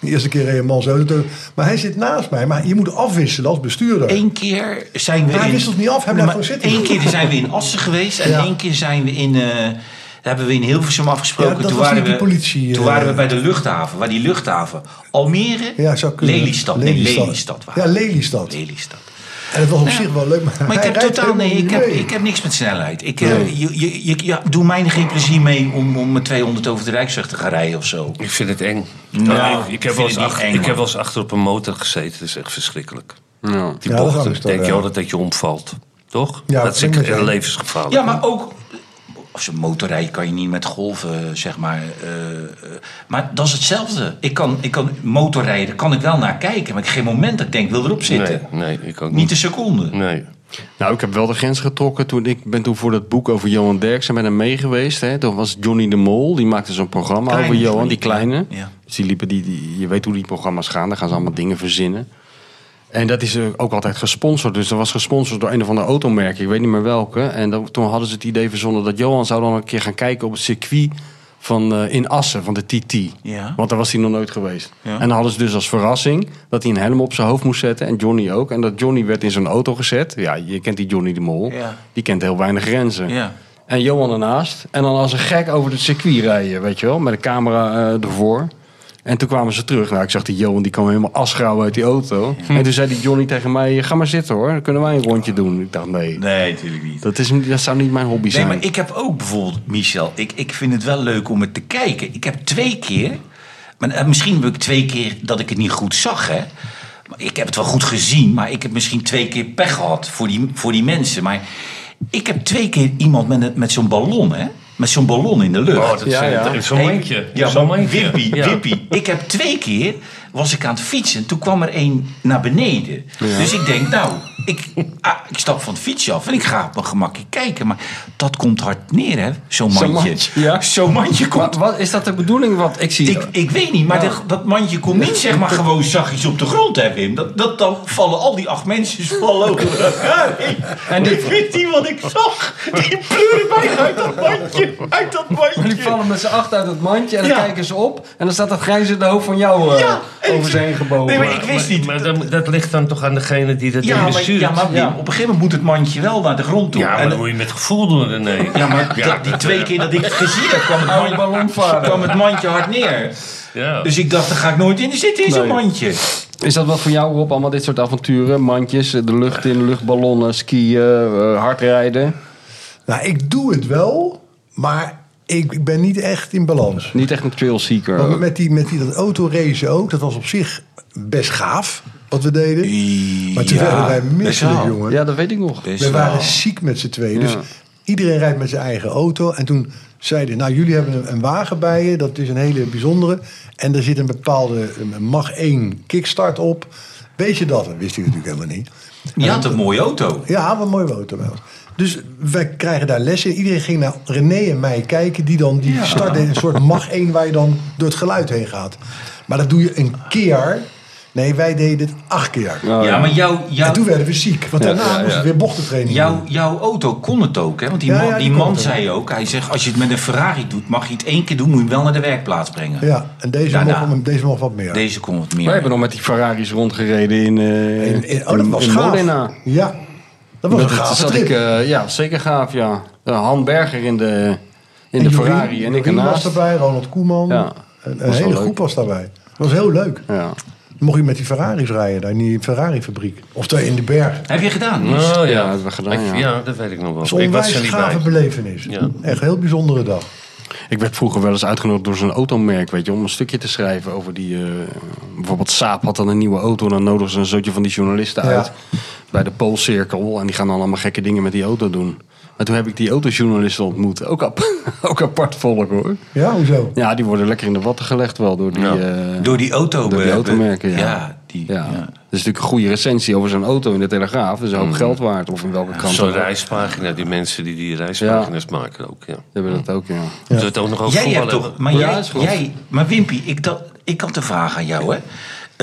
Speaker 3: De eerste keer reed een man zijn auto. Maar hij zit naast mij. Maar je moet afwisselen als bestuurder.
Speaker 2: Eén keer zijn we.
Speaker 3: Maar hij
Speaker 2: in-
Speaker 3: wisselt niet af, hij blijft
Speaker 2: Maar
Speaker 3: gewoon zitten.
Speaker 2: Eén keer zijn we in Assen geweest en
Speaker 3: Ja.
Speaker 2: één keer zijn we in. eh, daar hebben we in Hilversum afgesproken.
Speaker 3: Ja, dat
Speaker 2: toen
Speaker 3: was
Speaker 2: waren
Speaker 3: niet
Speaker 2: we,
Speaker 3: die politie,
Speaker 2: Toen
Speaker 3: eh,
Speaker 2: waren we bij de luchthaven. Waar die luchthaven. Almere,
Speaker 3: ja, zou kunnen.
Speaker 2: Lelystad. Nee, Lelystad.
Speaker 3: Ja,
Speaker 2: Waren. we.
Speaker 3: Lelystad.
Speaker 2: Lelystad.
Speaker 3: En het was op zich wel leuk. Maar,
Speaker 2: Maar ik
Speaker 3: hij
Speaker 2: heb
Speaker 3: rijdt
Speaker 2: totaal. Nee,
Speaker 3: helemaal
Speaker 2: ik
Speaker 3: niet
Speaker 2: heb,
Speaker 3: mee.
Speaker 2: ik heb niks met snelheid. Ik, eh, je, je, je, ja, doe mij geen plezier mee om, om met 200 over de Rijksweg te gaan rijden of zo.
Speaker 4: Ik vind het eng.
Speaker 2: Nou,
Speaker 4: Ja, ik, ik,
Speaker 2: ik
Speaker 4: heb
Speaker 2: vind
Speaker 4: wel eens
Speaker 2: het niet
Speaker 4: ach-
Speaker 2: eng,
Speaker 4: ik heb
Speaker 2: man.
Speaker 4: wel eens achter op een motor gezeten. Dat is echt verschrikkelijk.
Speaker 5: Ja.
Speaker 4: Die
Speaker 3: Ja, dat
Speaker 4: bochten.
Speaker 3: hangt
Speaker 4: Dan
Speaker 3: toch,
Speaker 4: denk je
Speaker 3: ja.
Speaker 4: altijd dat je omvalt. Toch?
Speaker 3: Ja,
Speaker 4: dat is
Speaker 3: ik
Speaker 4: echt
Speaker 3: ben met je.
Speaker 4: een levensgevaarlijk.
Speaker 2: Ja, maar ook. Als een motorrijdt kan je niet met golven, zeg maar. eh, eh, maar dat is hetzelfde. Ik kan, ik kan motorrijden, kan ik wel naar kijken. Maar ik geen moment dat ik denk, wil erop zitten.
Speaker 4: nee, nee, ik ook
Speaker 2: Niet
Speaker 4: niet.
Speaker 2: een seconde.
Speaker 4: Nee.
Speaker 5: Nou, ik heb wel de grens getrokken. Toen, ik ben toen voor dat boek over Johan Derksen met hem meegeweest. hè. Toen was Johnny de Mol, die maakte zo'n programma
Speaker 2: Kleine
Speaker 5: over Johan,
Speaker 2: Johnny,
Speaker 5: die kleine.
Speaker 2: ja.
Speaker 5: Dus die liepen, die, die, je weet hoe die programma's gaan, daar gaan ze allemaal dingen verzinnen. En dat is eh, ook altijd gesponsord. Dus dat was gesponsord door een of ander automerk, ik weet niet meer welke. En dan, toen hadden ze het idee verzonnen dat Johan zou dan een keer gaan kijken op het circuit van, eh, in Assen, van de TT.
Speaker 2: Ja.
Speaker 5: Want daar was hij nog nooit geweest.
Speaker 2: Ja.
Speaker 5: En dan hadden ze dus als verrassing dat hij een helm op zijn hoofd moest zetten. En Johnny ook. En dat Johnny werd in zo'n auto gezet. Ja, je kent die Johnny de Mol.
Speaker 2: Ja.
Speaker 5: Die kent heel weinig grenzen.
Speaker 2: Ja.
Speaker 5: En Johan ernaast. En dan als een gek over het circuit rijden, weet je wel. Met de camera eh, ervoor. En toen kwamen ze terug. Nou, ik zag die Johan, die kwam helemaal asgrauw uit die auto. En toen zei die Johnny tegen mij, "Eh, ga maar zitten hoor. Dan kunnen wij een rondje doen. Ik dacht, nee,
Speaker 2: Nee, natuurlijk niet.
Speaker 5: dat, is, niet- dat zou niet mijn hobby
Speaker 2: Nee,
Speaker 5: zijn.
Speaker 2: maar ik heb ook bijvoorbeeld, Michel, ik, ik vind het wel leuk om het te kijken. Ik heb twee keer, maar, eh, misschien heb ik twee keer dat ik het niet goed zag, hè. Maar ik heb het wel goed gezien, maar ik heb misschien twee keer pech gehad voor die, voor die mensen. Maar ik heb twee keer iemand met, een- met zo'n ballon, hè. Met zo'n ballon in de lucht.
Speaker 4: Oh, dat is
Speaker 5: Ja, ja.
Speaker 4: dat is zo'n
Speaker 2: Hey,
Speaker 4: mandje.
Speaker 2: Ja,
Speaker 4: zo'n
Speaker 2: maar
Speaker 4: mandje.
Speaker 2: Wippie,
Speaker 4: Ja.
Speaker 2: wippie. Ik heb twee keer, was ik aan het fietsen, toen kwam er één naar beneden. Dus ik denk, nou, ik, ah, ik stap van het fietsje af en ik ga op mijn gemakje kijken. Maar dat komt hard neer, hè, zo'n mandje.
Speaker 5: Zo'n mandje, ja.
Speaker 2: Zo'n mandje
Speaker 5: Wat,
Speaker 2: komt...
Speaker 5: wat is dat de bedoeling? Want ik zie...
Speaker 2: Ik, ik weet niet, maar dat, dat mandje komt niet zeg maar gewoon zachtjes op de grond, hè Wim. Dat, dat, dan vallen al die acht mensen vallen over elkaar heen. En ik weet niet wat ik zag. Die pleuren bijna uit dat mandje. Uit dat mandje.
Speaker 5: Die vallen met z'n acht uit het mandje en dan
Speaker 2: Ja.
Speaker 5: kijken ze op. En dan staat dat grijze de hoofd van jou eh,
Speaker 2: Ja, en
Speaker 5: over
Speaker 2: ik-
Speaker 5: zijn heen gebogen.
Speaker 2: Nee, maar ik wist niet.
Speaker 4: Maar dat, dat ligt dan toch aan degene die dat
Speaker 2: Ja,
Speaker 4: dingen
Speaker 2: maar,
Speaker 4: stuurt.
Speaker 2: ja, maar Wim,
Speaker 5: Ja.
Speaker 2: op een gegeven moment moet het mandje wel naar de grond toe.
Speaker 4: Ja, maar
Speaker 2: En-
Speaker 4: dat moet je met gevoel doen, René.
Speaker 2: ja, maar
Speaker 4: Ja,
Speaker 2: dat- die
Speaker 4: dat-
Speaker 2: twee keer dat ik het gezien heb, kwam het,
Speaker 5: Oude
Speaker 2: mandje,
Speaker 5: ballonvaarder.
Speaker 2: kwam het mandje hard neer.
Speaker 4: Ja.
Speaker 2: Dus ik dacht, daar ga ik nooit in zitten in zo'n
Speaker 5: Nee.
Speaker 2: mandje.
Speaker 5: Is dat wat voor jou, Rob? Allemaal dit soort avonturen? Mandjes, eh, de lucht in, luchtballonnen, skiën, eh, hardrijden.
Speaker 3: Nou, ik doe het wel, maar ik, ik ben niet echt in balans.
Speaker 5: Niet echt een trailseeker.
Speaker 3: Want
Speaker 5: ook.
Speaker 3: met die, met die dat autoracen ook, dat was op zich best gaaf wat we deden. Maar toen
Speaker 2: Ja,
Speaker 3: werden wij
Speaker 2: best
Speaker 3: misselijk,
Speaker 2: wel.
Speaker 3: jongen.
Speaker 5: Ja, dat weet ik nog.
Speaker 2: Dus
Speaker 3: We waren
Speaker 2: nou,
Speaker 3: ziek met z'n tweeën.
Speaker 5: Ja.
Speaker 3: Dus iedereen rijdt met zijn eigen auto. En toen zeiden nou jullie hebben een, een wagen bij je. Dat is een hele bijzondere. En er zit een bepaalde een mag 1 kickstart op. Weet je dat? Dat wist hij natuurlijk helemaal niet.
Speaker 2: je had een mooie auto.
Speaker 3: Ja, wat een mooie auto wel. Dus wij krijgen daar lessen. in. Iedereen ging naar René en mij kijken. Die dan die start deed. Een soort mag 1 waar je dan door het geluid heen gaat. Maar dat doe je een keer. Nee, wij deden het acht keer.
Speaker 5: Oh,
Speaker 2: ja, maar jouw,
Speaker 3: En
Speaker 2: jouw,
Speaker 3: toen werden we ziek, want
Speaker 5: Ja,
Speaker 3: daarna
Speaker 5: ja, ja.
Speaker 3: moesten we weer bochtentraining
Speaker 2: jouw,
Speaker 3: doen.
Speaker 2: jouw auto kon het ook, hè? Want die
Speaker 3: Ja,
Speaker 2: man,
Speaker 3: ja,
Speaker 2: die
Speaker 3: die kon
Speaker 2: man
Speaker 3: het ook.
Speaker 2: zei ook, hij zegt, als je het met een Ferrari doet, mag je het één keer doen, moet je hem wel naar de werkplaats brengen.
Speaker 3: Ja, en deze
Speaker 2: Daarna.
Speaker 3: mocht, deze mocht wat meer.
Speaker 2: Deze kon het
Speaker 5: Wij
Speaker 2: meer.
Speaker 5: hebben nog met die Ferraris rondgereden in, eh
Speaker 3: In- in- oh, dat
Speaker 5: in-
Speaker 3: was
Speaker 5: in
Speaker 3: gaaf.
Speaker 5: Modena.
Speaker 3: Ja, dat was een
Speaker 5: Toen
Speaker 3: gaaf
Speaker 5: zat
Speaker 3: trip.
Speaker 5: ik, eh, ja, zeker gaaf, ja. De Han Berger in de, in de
Speaker 3: Jorien-
Speaker 5: Ferrari en ik
Speaker 3: Jorien was
Speaker 5: ernaast.
Speaker 3: daarbij, Ronald Koeman.
Speaker 5: Ja,
Speaker 3: Een,
Speaker 5: was
Speaker 3: een
Speaker 5: wel
Speaker 3: hele
Speaker 5: leuk.
Speaker 3: groep was daarbij. Dat was heel leuk.
Speaker 5: Ja.
Speaker 3: Dan mocht je met die Ferraris rijden, daar in die Ferrari-fabriek. Of daar in de berg.
Speaker 2: Heb je gedaan?
Speaker 4: Oh ja,
Speaker 5: Ja, dat hebben we gedaan,
Speaker 4: Ik-
Speaker 5: ja.
Speaker 4: dat weet ik nog
Speaker 3: Dat is
Speaker 4: wel.
Speaker 3: een
Speaker 4: Ik was
Speaker 3: onwijs
Speaker 4: er niet
Speaker 3: gave
Speaker 4: bij.
Speaker 3: belevenis.
Speaker 4: Ja.
Speaker 3: Echt een heel bijzondere dag.
Speaker 5: Ik werd vroeger wel eens uitgenodigd door zo'n automerk, weet je, om een stukje te schrijven over die... eh, bijvoorbeeld Saab had dan een nieuwe auto en dan nodigen ze een zootje van die journalisten
Speaker 3: Ja.
Speaker 5: uit bij de Poolcirkel. En die gaan dan allemaal gekke dingen met die auto doen. Maar toen heb ik die autojournalisten ontmoet. Ook, ap- ook apart volk, hoor.
Speaker 3: Ja, hoezo? Nou,
Speaker 5: Ja, die worden lekker in de watten gelegd wel door die...
Speaker 4: Ja.
Speaker 5: eh,
Speaker 2: Door die auto.
Speaker 5: Door die
Speaker 2: eh,
Speaker 5: automerken, ja.
Speaker 2: Ja, die,
Speaker 5: Ja. Mm.
Speaker 2: ja.
Speaker 5: dat is natuurlijk een goede recensie over zo'n auto in de Telegraaf. Dat is een hoop geld waard, of in welke krant.
Speaker 4: Zo'n
Speaker 5: dan ook.
Speaker 4: reispagina, die mensen die die reispagina's maken ook. Ja.
Speaker 5: Die hebben dat ook, ja.
Speaker 4: Zullen we het ook nog over
Speaker 2: Jij hebt
Speaker 4: voetbal
Speaker 2: toch,
Speaker 4: hebben?
Speaker 2: maar,
Speaker 5: Ja,
Speaker 2: jij,
Speaker 5: is goed.
Speaker 2: jij, maar Wimpy, ik, dacht, ik had een vraag aan jou. Hè?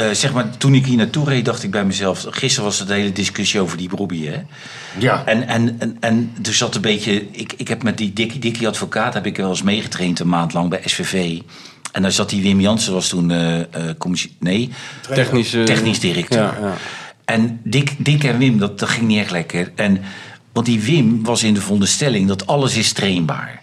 Speaker 2: Eh, zeg maar, toen ik hier naartoe reed, dacht ik bij mezelf... Gisteren was het de hele discussie over die Robbie, hè?
Speaker 4: Ja.
Speaker 2: En, en, en, en er zat een beetje... Ik, ik heb met die Dikkie, Dikkie advocaat heb ik wel eens meegetraind een maand lang bij SVV. En daar zat die Wim Jansen, was toen... eh eh, commissie- nee,
Speaker 5: Technische,
Speaker 2: technisch directeur.
Speaker 5: Ja, ja.
Speaker 2: En Dick, Dick en Wim, dat, dat ging niet echt lekker. En, want die Wim was in de veronderstelling dat alles is trainbaar.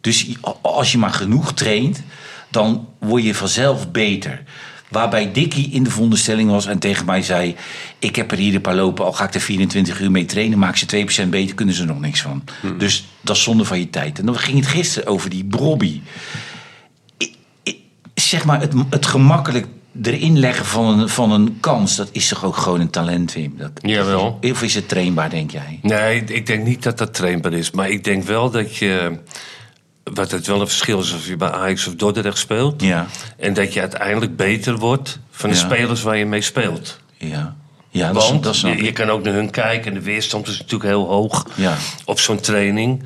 Speaker 2: Dus je- a- als je maar genoeg traint, dan word je vanzelf beter. Waarbij Dickie in de veronderstelling was en tegen mij zei... ik heb er hier een paar lopen, al ga ik er 24 uur mee trainen... maak ze 2% beter, kunnen ze er nog niks van.
Speaker 4: Hmm.
Speaker 2: Dus dat is zonde van je tijd. En dan ging het gisteren over die Brobby zeg maar, het, het gemakkelijk erin leggen van een, van een kans, dat is toch ook gewoon een talent, Wim? Dat,
Speaker 4: Jawel.
Speaker 2: of is het trainbaar, denk jij?
Speaker 4: Nee, ik denk niet dat dat trainbaar is. Maar ik denk wel dat je... Wat het wel een verschil is of je bij Ajax of Dordrecht speelt.
Speaker 2: Ja,
Speaker 4: En dat je uiteindelijk beter wordt van de
Speaker 2: Ja.
Speaker 4: spelers waar je mee speelt.
Speaker 2: ja. Ja, dat,
Speaker 4: Want
Speaker 2: dat snap
Speaker 4: je, je
Speaker 2: ik.
Speaker 4: kan ook naar hun kijken. En de weerstand is natuurlijk heel hoog
Speaker 2: Ja.
Speaker 4: op zo'n training.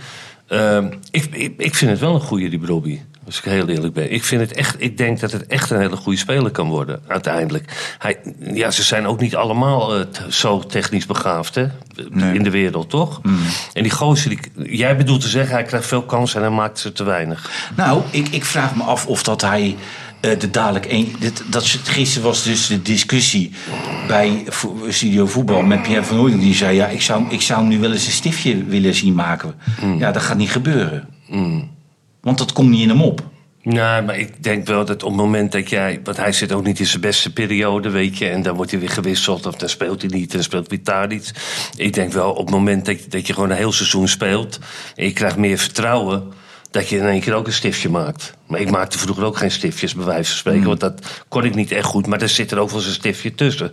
Speaker 4: Ehm, ik, ik, ik vind het wel een goede, die Robbie. Als ik heel eerlijk ben. Ik, vind het echt, ik denk dat het echt een hele goede speler kan worden, uiteindelijk. Hij, ja, ze zijn ook niet allemaal eh, t- zo technisch begaafd hè?
Speaker 2: Nee. Mm.
Speaker 4: in de wereld, toch? En die gozer, die, jij bedoelt te zeggen, hij krijgt veel kansen en hij maakt ze te weinig.
Speaker 2: Nou, ik, ik vraag me af of dat hij eh de dadelijk een. Dit, dat, ze- gisteren was dus de discussie bij vo- Studio Voetbal met Pierre van Hooydonk. Die zei: Ja, ik zou, ik zou hem nu wel eens een stiftje willen zien maken. Ja, dat gaat niet gebeuren. Want dat komt niet in hem op.
Speaker 4: Nee, Nou, maar ik denk wel dat op het moment dat jij... Want hij zit ook niet in zijn beste periode, weet je. En dan wordt hij weer gewisseld of dan speelt hij niet. En dan speelt weer daar iets. Ik denk wel op het moment dat, dat je gewoon een heel seizoen speelt... en je krijgt meer vertrouwen... dat je in één keer ook een stiftje maakt. Maar ik maakte vroeger ook geen stiftjes, bij wijze van
Speaker 2: Mm.
Speaker 4: spreken. Want dat kon ik niet echt goed. Maar daar zit er ook wel eens een stiftje tussen.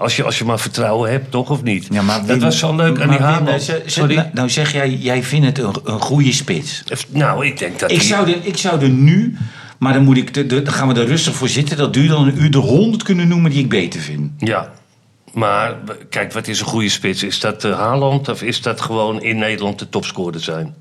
Speaker 4: Als je, als je maar vertrouwen hebt, toch of niet? dat
Speaker 2: Wim-
Speaker 4: was zo leuk aan die
Speaker 2: maar Wim,
Speaker 4: Hamer.
Speaker 2: ze- ze-
Speaker 4: Sorry.
Speaker 2: nou- Nou zeg jij, jij vindt het een, een goede spits.
Speaker 4: Nou, ik denk dat
Speaker 2: Ik
Speaker 4: die-
Speaker 2: zou, er, ik zou er nu, maar dan, moet ik de, de- dan gaan we er rustig voor zitten. Dat duurt dan een uur de honderd kunnen noemen die ik beter vind.
Speaker 4: Ja, maar w- kijk, wat is een goede spits? Is dat eh, Haaland of is dat gewoon in Nederland de topscorer zijn?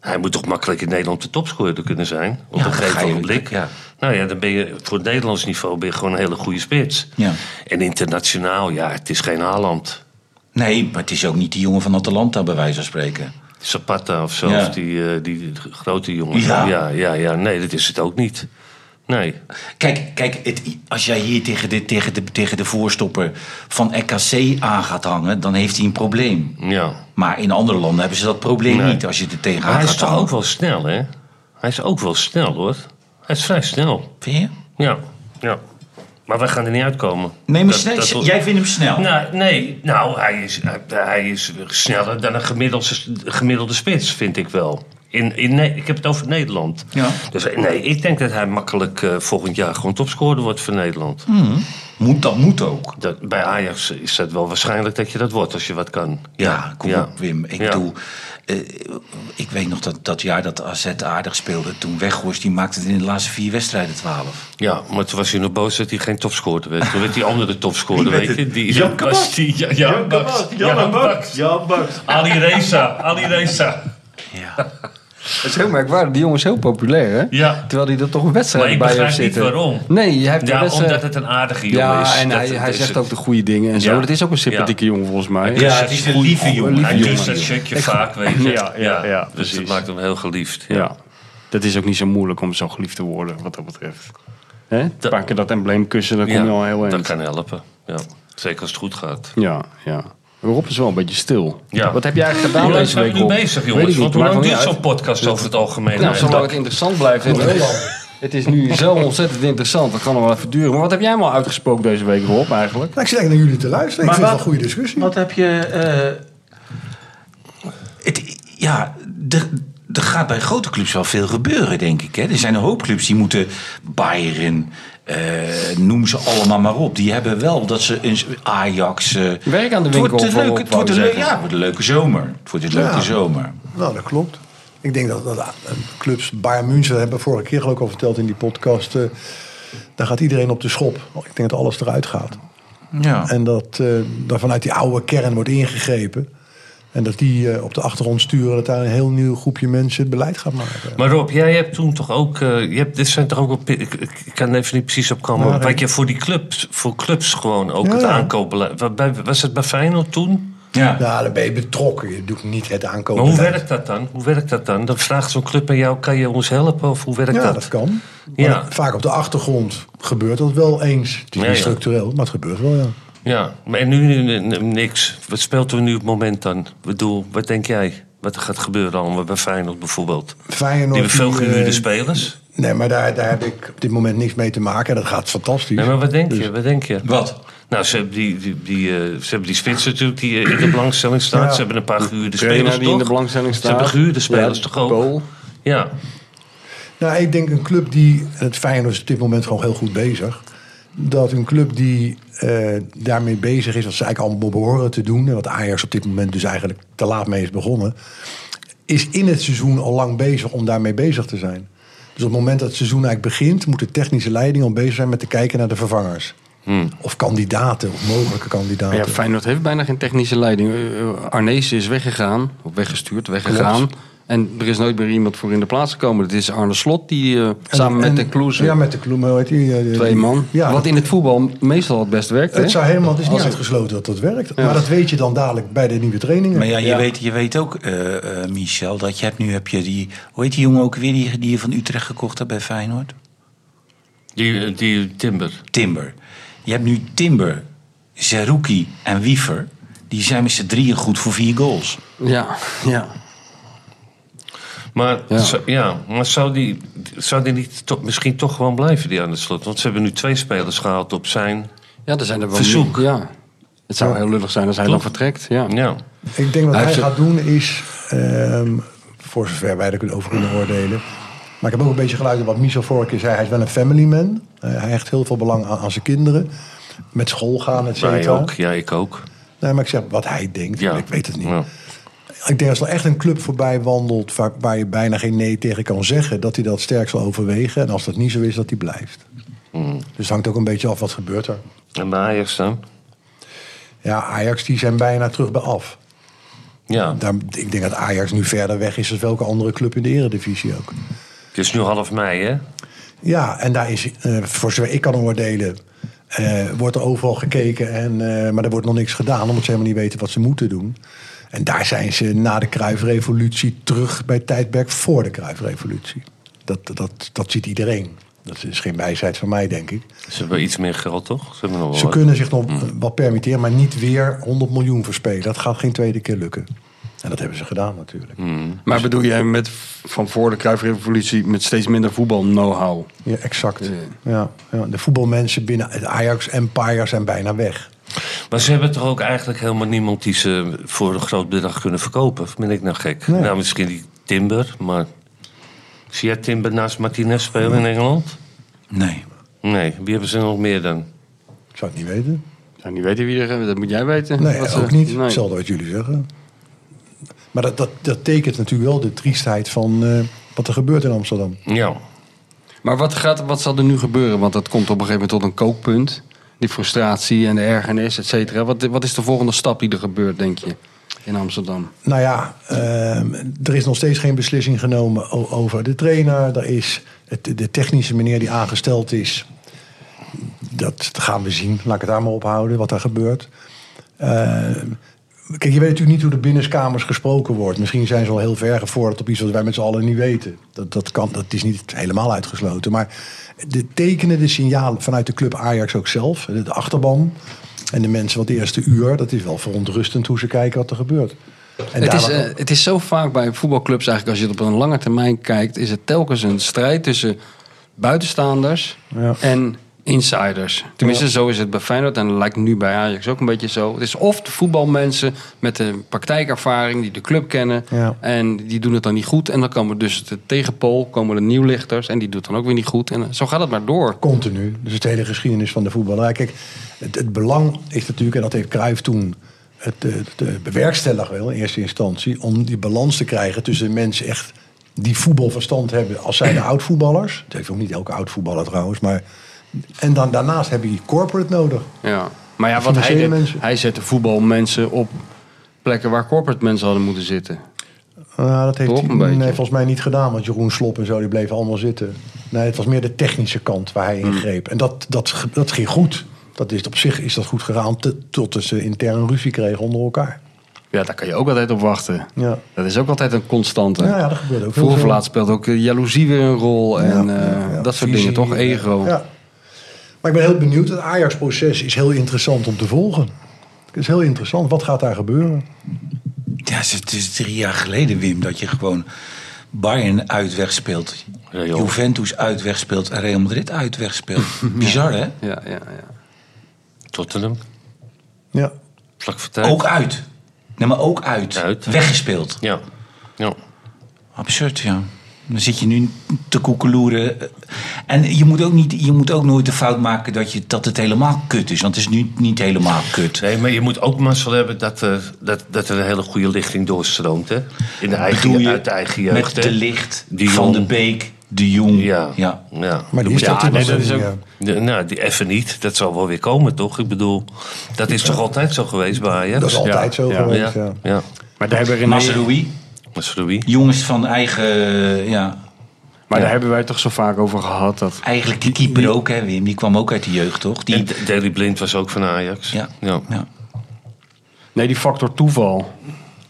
Speaker 4: Hij moet toch makkelijk in Nederland de topscorer kunnen zijn? Op
Speaker 2: Ja,
Speaker 4: een
Speaker 2: ga
Speaker 4: gegeven
Speaker 2: je-
Speaker 4: ogenblik.
Speaker 2: ja.
Speaker 4: Nou ja, dan ben je voor het Nederlands niveau ben je gewoon een hele goede spits.
Speaker 2: Ja.
Speaker 4: En internationaal, ja, het is geen Haaland.
Speaker 2: Nee, maar het is ook niet die jongen van Atalanta, bij wijze van spreken.
Speaker 4: Zapata of zo,
Speaker 2: Ja.
Speaker 4: of die, eh, die grote jongen.
Speaker 2: Ja.
Speaker 4: ja, ja, ja. Nee, dat is het ook niet. Nee.
Speaker 2: Kijk, kijk het, als jij hier tegen de, tegen, de, tegen de voorstopper van RKC aan gaat hangen, dan heeft hij een probleem.
Speaker 4: Ja.
Speaker 2: Maar in andere landen hebben ze dat probleem
Speaker 4: Nee.
Speaker 2: niet als je er tegen
Speaker 4: Maar
Speaker 2: aan
Speaker 4: hij
Speaker 2: gaat
Speaker 4: is toch ook
Speaker 2: hangen.
Speaker 4: wel snel, hè? Hij is ook wel snel, hoor. Hij is vrij snel.
Speaker 2: Vind je?
Speaker 4: Ja, ja. Maar wij gaan er niet uitkomen.
Speaker 2: Nee, maar
Speaker 4: Dat-
Speaker 2: snel-
Speaker 4: dat wil-
Speaker 2: jij vindt hem snel.
Speaker 4: Nou, nee, nou, hij is, hij, hij is sneller dan een gemiddelde, gemiddelde spits, vind ik wel. In, in, Ne- ik heb het over Nederland.
Speaker 2: Ja.
Speaker 4: Dus nee, ik denk dat hij makkelijk eh, volgend jaar gewoon topscorer wordt voor Nederland.
Speaker 2: Hm. Moet, dat moet ook.
Speaker 4: Dat, bij Ajax is dat wel waarschijnlijk dat je dat wordt als je wat kan.
Speaker 2: Ja, kom op Wim. Ik
Speaker 4: Ja.
Speaker 2: doe... eh, ik weet nog dat dat jaar dat AZ aardig speelde. Toen Weghorst, die maakte het in de laatste vier wedstrijden 12.
Speaker 4: Ja, maar toen was hij nog boos dat hij geen topscorer werd. Toen werd die andere topscorer, weet je. Die,
Speaker 2: Jan
Speaker 4: was
Speaker 2: Kabak.
Speaker 4: die- ja, Jan Baks. Jan Baks.
Speaker 2: Jan Baks.
Speaker 4: Ali Reza, Ali Reza.
Speaker 2: Ja.
Speaker 5: Dat is heel merkwaardig. Die jongen is heel populair, hè?
Speaker 4: Ja.
Speaker 5: Terwijl hij er toch een
Speaker 4: Maar
Speaker 5: wedstrijd
Speaker 4: ik
Speaker 5: bij heeft
Speaker 4: begrijp niet
Speaker 5: zitten.
Speaker 4: waarom.
Speaker 5: Nee, hij heeft de
Speaker 4: Ja,
Speaker 5: wedstrijd-
Speaker 4: omdat het een aardige jongen
Speaker 5: Ja,
Speaker 4: is.
Speaker 5: en
Speaker 4: Dat-
Speaker 5: hij,
Speaker 4: dat
Speaker 5: hij
Speaker 4: is
Speaker 5: zegt
Speaker 4: het.
Speaker 5: ook de goede dingen en zo.
Speaker 4: Ja.
Speaker 5: Dat is ook een sympathieke jongen, volgens mij.
Speaker 2: Ja, het is een lieve jongen.
Speaker 4: Hij
Speaker 2: Hij
Speaker 4: doet
Speaker 2: doet
Speaker 4: dat
Speaker 2: het.
Speaker 4: shirtje vaak, weet je.
Speaker 5: Ja, ja, ja,
Speaker 4: Dus
Speaker 5: precies.
Speaker 4: dat maakt hem heel geliefd. Ja.
Speaker 5: Ja. Dat is ook niet zo moeilijk om zo geliefd te worden, wat dat betreft. Hè? Een
Speaker 4: Dat-
Speaker 5: paar keer dat embleem kussen, dan kom je
Speaker 4: Ja,
Speaker 5: al heel
Speaker 4: Dat
Speaker 5: eind.
Speaker 4: kan helpen. Ja. Zeker als het goed gaat.
Speaker 5: Ja, ja. Rob is wel een beetje stil.
Speaker 4: Ja.
Speaker 5: Wat heb jij eigenlijk
Speaker 4: Hoe
Speaker 5: gedaan
Speaker 4: lang
Speaker 5: deze
Speaker 4: zijn
Speaker 5: week,
Speaker 4: we nu
Speaker 5: Rob?
Speaker 4: bezig,
Speaker 5: Weet
Speaker 4: jongens?
Speaker 5: ik
Speaker 4: Want
Speaker 5: niet,
Speaker 4: hoe lang
Speaker 5: maakt me
Speaker 4: duurt
Speaker 5: niet
Speaker 4: zo'n
Speaker 5: uit.
Speaker 4: podcast over het algemeen?
Speaker 5: Nou, zolang het
Speaker 4: eigenlijk?
Speaker 5: interessant blijft. in het Nederland. Het is nu zo ontzettend interessant. Dat kan nog wel even duren. Maar wat heb jij allemaal uitgesproken deze week, Rob, eigenlijk?
Speaker 3: Nou, ik zit eigenlijk naar jullie te luisteren.
Speaker 2: Maar
Speaker 3: ik
Speaker 2: wat-
Speaker 3: vind het wel een goede discussie.
Speaker 2: Wat heb je... eh, het, ja, er, er gaat bij grote clubs wel veel gebeuren, denk ik. Hè? Er zijn een hoop clubs die moeten... Bayern, eh, noem ze allemaal maar op. Die hebben wel dat ze... Een, Ajax... eh,
Speaker 5: Werk aan de
Speaker 2: het wordt
Speaker 5: winkel,
Speaker 2: een
Speaker 5: Rob,
Speaker 2: leuke, het wordt een
Speaker 5: wou ik
Speaker 2: leuke, ja,
Speaker 5: zeggen.
Speaker 2: het wordt een leuke zomer. Het wordt een leuke
Speaker 3: Ja.
Speaker 2: zomer.
Speaker 3: Nou, dat klopt. Ik denk dat, dat eh, clubs, Bayern München, dat hebben we vorige keer geloof ik al verteld in die podcast. eh, daar gaat iedereen op de schop. Ik denk dat alles eruit gaat.
Speaker 2: Ja.
Speaker 3: En dat eh daar vanuit die oude kern wordt ingegrepen. En dat die eh, op de achtergrond sturen dat daar een heel nieuw groepje mensen beleid gaat maken.
Speaker 4: Maar Rob, jij hebt toen toch ook... eh, je hebt, dit zijn toch ook... wel pi- Ik, ik- ik kan even niet precies opkomen.
Speaker 3: Ja,
Speaker 4: maar
Speaker 3: Nou, nee.
Speaker 4: wat je voor die clubs, voor clubs gewoon ook
Speaker 3: Ja,
Speaker 4: het
Speaker 3: ja.
Speaker 4: aankoopbeleid... Wat- bij- Was het bij Feyenoord toen?
Speaker 2: ja.
Speaker 3: Nou, dan ben je betrokken. Je doet niet het
Speaker 4: Maar
Speaker 3: aankopen.
Speaker 4: hoe werkt dat dan? Hoe werkt dat dan? Dan vraagt zo'n club aan jou, kan je ons helpen? Of hoe werkt
Speaker 3: Ja,
Speaker 4: dat?
Speaker 3: dat kan. Maar
Speaker 4: Ja.
Speaker 3: Vaak op de achtergrond gebeurt dat wel eens. Het is
Speaker 4: Ja,
Speaker 3: niet
Speaker 4: ja.
Speaker 3: structureel, maar het gebeurt wel, ja.
Speaker 4: Ja, maar en nu nu- nu- niks. Wat speelt er nu op het moment dan? Ik bedoel, wat denk jij? Wat er gaat gebeuren allemaal bij Feyenoord bijvoorbeeld?
Speaker 3: Feyenoord,
Speaker 4: Die hebben veel
Speaker 3: die, eh,
Speaker 4: gehuurde spelers.
Speaker 3: Nee, maar daar, daar heb ik op dit moment niks mee te maken. Dat gaat fantastisch.
Speaker 4: Nee, maar wat denk
Speaker 5: Dus-
Speaker 4: je? Wat denk je?
Speaker 2: Wat?
Speaker 4: Nou, ze hebben die, die, die, eh, ze hebben die spits natuurlijk die eh, in de belangstelling staat.
Speaker 3: Ja.
Speaker 4: Ze hebben een paar gehuurde
Speaker 5: Trainer
Speaker 4: spelers
Speaker 5: die in de
Speaker 4: toch?
Speaker 5: belangstelling
Speaker 4: Ze
Speaker 5: staat.
Speaker 4: hebben gehuurde spelers
Speaker 5: Ja,
Speaker 4: toch ook?
Speaker 5: Bol.
Speaker 4: Ja,
Speaker 3: Nou, ik denk een club die... Het Feyenoord is op dit moment gewoon heel goed bezig. Dat een club die eh, daarmee bezig is... wat ze eigenlijk allemaal behoren te doen... en wat Ajax op dit moment dus eigenlijk te laat mee is begonnen... is in het seizoen al lang bezig om daarmee bezig te zijn. Dus op het moment dat het seizoen eigenlijk begint... moet de technische leiding al bezig zijn met te kijken naar de vervangers. Of kandidaten, of mogelijke kandidaten.
Speaker 5: Hmm. Ja, Feyenoord heeft bijna geen technische leiding. Eh, eh, Arnezen is weggegaan, of weggestuurd, weggegaan. En er is nooit meer iemand voor in de plaats gekomen. Het is Arne Slot die eh,
Speaker 3: En-
Speaker 5: samen
Speaker 3: en-
Speaker 5: met de Kloeze,
Speaker 3: Ja, met de Kloeze. hoe heet die, eh, die-
Speaker 5: twee man.
Speaker 3: Ja,
Speaker 5: wat
Speaker 3: dat-
Speaker 5: in het voetbal meestal het best werkt. hè?
Speaker 3: Het, zou helemaal, het is niet
Speaker 5: Als het-
Speaker 3: uitgesloten dat dat werkt.
Speaker 5: Ja.
Speaker 3: Maar dat weet je dan dadelijk bij de nieuwe trainingen.
Speaker 2: Maar ja, je, Weet, je weet ook, eh, eh, Michel, dat je hebt nu heb je die... Hoe heet die jongen ook weer die, die je van Utrecht gekocht hebt bij Feyenoord?
Speaker 4: die, die Timber.
Speaker 2: Timber. Je hebt nu Timber, Zerouki en Wiever. Die zijn met z'n drieën goed voor vier goals.
Speaker 5: Ja, ja.
Speaker 4: Maar,
Speaker 5: Ja.
Speaker 4: zo- ja, maar zou, die, zou die niet toch- misschien toch gewoon blijven, die aan de slot? Want ze hebben nu twee spelers gehaald op zijn.
Speaker 5: Ja, er zijn er wel
Speaker 4: Verzoek.
Speaker 5: meer. Ja. Het zou heel lullig zijn als hij
Speaker 4: Toch?
Speaker 5: dan vertrekt. Ja.
Speaker 4: Ja.
Speaker 3: Ik denk wat
Speaker 5: Hij
Speaker 3: hij,
Speaker 5: heeft
Speaker 3: gaat doen is, ehm, voor zover wij er over kunnen oordelen. Maar ik heb ook een beetje geluisterd wat Michel vorige keer zei. Hij is wel een family man. Eh, hij hecht heel veel belang aan, aan zijn kinderen. Met school gaan, et
Speaker 4: Wij
Speaker 3: cetera.
Speaker 4: ook. Ja, ik ook.
Speaker 3: Nee, maar ik zeg wat hij denkt.
Speaker 4: Ja.
Speaker 3: Ik weet het niet.
Speaker 4: Ja.
Speaker 3: Ik denk als er echt een club voorbij wandelt waar, waar je bijna geen nee tegen kan zeggen, dat hij dat sterk zal overwegen. En als dat niet zo is, dat hij blijft. Dus het hangt ook een beetje af wat gebeurt er.
Speaker 4: En bij Ajax dan?
Speaker 3: Ja, Ajax die zijn bijna terug bij af.
Speaker 4: Ja,
Speaker 3: Daar, ik denk dat Ajax nu verder weg is dan welke andere club in de eredivisie ook.
Speaker 4: het is nu half mei, hè?
Speaker 3: Ja, en daar is, eh, voor zover ik kan oordelen, eh, wordt er overal gekeken. En, eh, maar er wordt nog niks gedaan, omdat ze helemaal niet weten wat ze moeten doen. En daar zijn ze na de Kruifrevolutie terug bij het tijdperk voor de Kruifrevolutie. Dat, dat, dat ziet iedereen. Dat is geen wijsheid van mij, denk ik.
Speaker 4: Ze hebben iets meer geld, toch? Ze hebben nog wel
Speaker 3: Ze
Speaker 4: wat.
Speaker 3: kunnen zich nog eh, wat permitteren, maar niet weer 100 miljoen verspelen. Dat gaat geen tweede keer lukken. En dat hebben ze gedaan natuurlijk.
Speaker 5: Maar bedoel jij met van voor de Cruijff-revolutie met steeds minder voetbal-know-how?
Speaker 3: Ja, exact. Ja, ja. De voetbalmensen binnen het Ajax Empire zijn bijna weg.
Speaker 4: Maar ze hebben toch ook eigenlijk helemaal niemand die ze voor een groot bedrag kunnen verkopen? Of ben ik nou gek?
Speaker 3: Nee.
Speaker 4: Nou, misschien die Timber, maar... Zie jij Timber naast Martinez spelen in Engeland?
Speaker 2: Nee.
Speaker 4: Nee, wie hebben ze nog meer dan?
Speaker 3: Ik zou het niet weten.
Speaker 5: Ik zou niet weten wie er... eh, Dat moet jij weten.
Speaker 3: Nee,
Speaker 5: Wat ze-
Speaker 3: ook niet.
Speaker 5: Nee.
Speaker 3: Hetzelfde wat jullie zeggen. Maar dat, dat, dat tekent natuurlijk wel de triestheid van eh, wat er gebeurt in Amsterdam.
Speaker 4: Ja.
Speaker 5: Maar wat, gaat, wat zal er nu gebeuren? Want dat komt op een gegeven moment tot een kookpunt. Die frustratie en de ergernis, et cetera. Wat, wat is de volgende stap die er gebeurt, denk je? in Amsterdam.
Speaker 3: Nou ja, ehm, er is nog steeds geen beslissing genomen o- over de trainer. Er is het, de technische meneer die aangesteld is. Dat gaan we zien. Laat ik het daar maar ophouden, wat daar gebeurt. Ehm, kijk, je weet natuurlijk niet hoe de binnenkamers gesproken wordt. Misschien zijn ze al heel ver gevorderd op iets wat wij met z'n allen niet weten. Dat, dat, kan, dat is niet helemaal uitgesloten. Maar de tekenen, de signalen vanuit de club Ajax ook zelf, de achterban... En de mensen wat de eerste uur, dat is wel verontrustend hoe ze kijken wat er gebeurt. En
Speaker 5: Het is,
Speaker 3: daar-
Speaker 5: eh, het is zo vaak bij voetbalclubs, eigenlijk als je het op een lange termijn kijkt, is het telkens een strijd tussen buitenstaanders
Speaker 3: Ja.
Speaker 5: en insiders. Tenminste, zo is het bij Feyenoord en dat lijkt nu bij Ajax ook een beetje zo. Het is of de voetbalmensen met de praktijkervaring die de club kennen
Speaker 3: Ja.
Speaker 5: en die doen het dan niet goed. En dan komen dus de tegenpool, komen de nieuwlichters en die doet dan ook weer niet goed. En eh, zo gaat het maar door.
Speaker 3: Continu. Dus het hele geschiedenis van de voetballerij. Kijk, het, het belang is natuurlijk, en dat heeft Cruijff toen het, eh, het, eh, bewerkstelligd wel in eerste instantie, om die balans te krijgen tussen mensen echt die voetbalverstand hebben als zij de oud-voetballers. Het heeft ook niet elke oud-voetballer trouwens, maar... En dan, daarnaast heb je die corporate nodig.
Speaker 5: Ja. Maar ja,
Speaker 3: De
Speaker 5: wat hij,
Speaker 3: financiële
Speaker 5: deed,
Speaker 3: mensen.
Speaker 5: hij zette voetbalmensen op plekken waar corporate mensen hadden moeten zitten.
Speaker 3: Nou, dat heeft
Speaker 5: Toch
Speaker 3: hij
Speaker 5: een beetje.
Speaker 3: nee, volgens mij niet gedaan. Want Jeroen Slop en zo, die bleven allemaal zitten. Nee, het was meer de technische kant waar hij
Speaker 5: Hmm.
Speaker 3: ingreep. En dat, dat, ge- dat ging goed. Dat is, op zich is dat goed gegaan te- tot dus ze intern ruzie kregen onder elkaar.
Speaker 5: Ja, daar kan je ook altijd op wachten.
Speaker 3: Ja.
Speaker 5: Dat is ook altijd een constante.
Speaker 3: Ja, ja, dat gebeurt ook heel
Speaker 5: Vroeger of
Speaker 3: veel.
Speaker 5: laat speelt ook eh, jaloezie weer een rol. En
Speaker 3: Ja, ja,
Speaker 5: eh,
Speaker 3: ja.
Speaker 5: dat soort
Speaker 2: Visie,
Speaker 5: dingen, toch? Ego.
Speaker 3: eh, Ja. Maar ik ben heel benieuwd. Het Ajax-proces is heel interessant om te volgen. Het is heel interessant. Wat gaat daar gebeuren?
Speaker 2: Ja, het is drie jaar geleden, Wim, dat je gewoon Bayern uit wegspeelt.
Speaker 4: Ja, joh.
Speaker 2: Juventus uit wegspeelt en Real Madrid uit wegspeelt. Bizar, hè?
Speaker 5: Ja, ja, ja.
Speaker 4: Tottenham.
Speaker 3: Ja.
Speaker 4: Vlak voor tijd.
Speaker 2: Ook uit. Nee, maar ook uit.
Speaker 4: Uit.
Speaker 2: Weggespeeld.
Speaker 4: Ja. ja.
Speaker 2: Absurd, ja. Dan zit je nu te koekeloeren. En je moet, ook niet, je moet ook nooit de fout maken dat, je, dat het helemaal kut is. Want het is nu niet helemaal kut.
Speaker 4: Nee, maar je moet ook mazzel hebben dat er, dat, dat er een hele goede lichting doorstroomt. Hè? In de
Speaker 2: Bedoel
Speaker 4: eigen,
Speaker 2: je
Speaker 4: uit de eigen jeugd.
Speaker 2: Met
Speaker 4: hè?
Speaker 2: de licht,
Speaker 4: De
Speaker 2: Van
Speaker 4: Jong.
Speaker 2: de Beek, de Jong.
Speaker 4: Ja.
Speaker 2: ja.
Speaker 4: ja.
Speaker 3: Maar die is
Speaker 5: Ja,
Speaker 3: dat
Speaker 5: nee,
Speaker 3: natuurlijk
Speaker 5: dat is
Speaker 3: wel,
Speaker 5: ook-
Speaker 3: ja.
Speaker 4: De- nou, die even niet. Dat zal wel weer komen, toch? Ik bedoel, dat is toch altijd zo geweest bij Ajax?
Speaker 3: Dat is altijd zo
Speaker 5: ja,
Speaker 3: geweest.
Speaker 4: Ja,
Speaker 3: ja.
Speaker 4: ja.
Speaker 5: Maar daar hebben,
Speaker 2: Masrui,
Speaker 4: Dat is Rui.
Speaker 2: jongens van eigen... eh, Ja,
Speaker 5: maar daar hebben wij toch zo vaak over gehad. Dat,
Speaker 2: eigenlijk die keeper ook, hè Wim. Die kwam ook uit de jeugd, toch? Die,
Speaker 4: En D- Daley Blind was ook van Ajax.
Speaker 2: ja.
Speaker 4: ja.
Speaker 2: ja.
Speaker 5: nee, die factor toeval.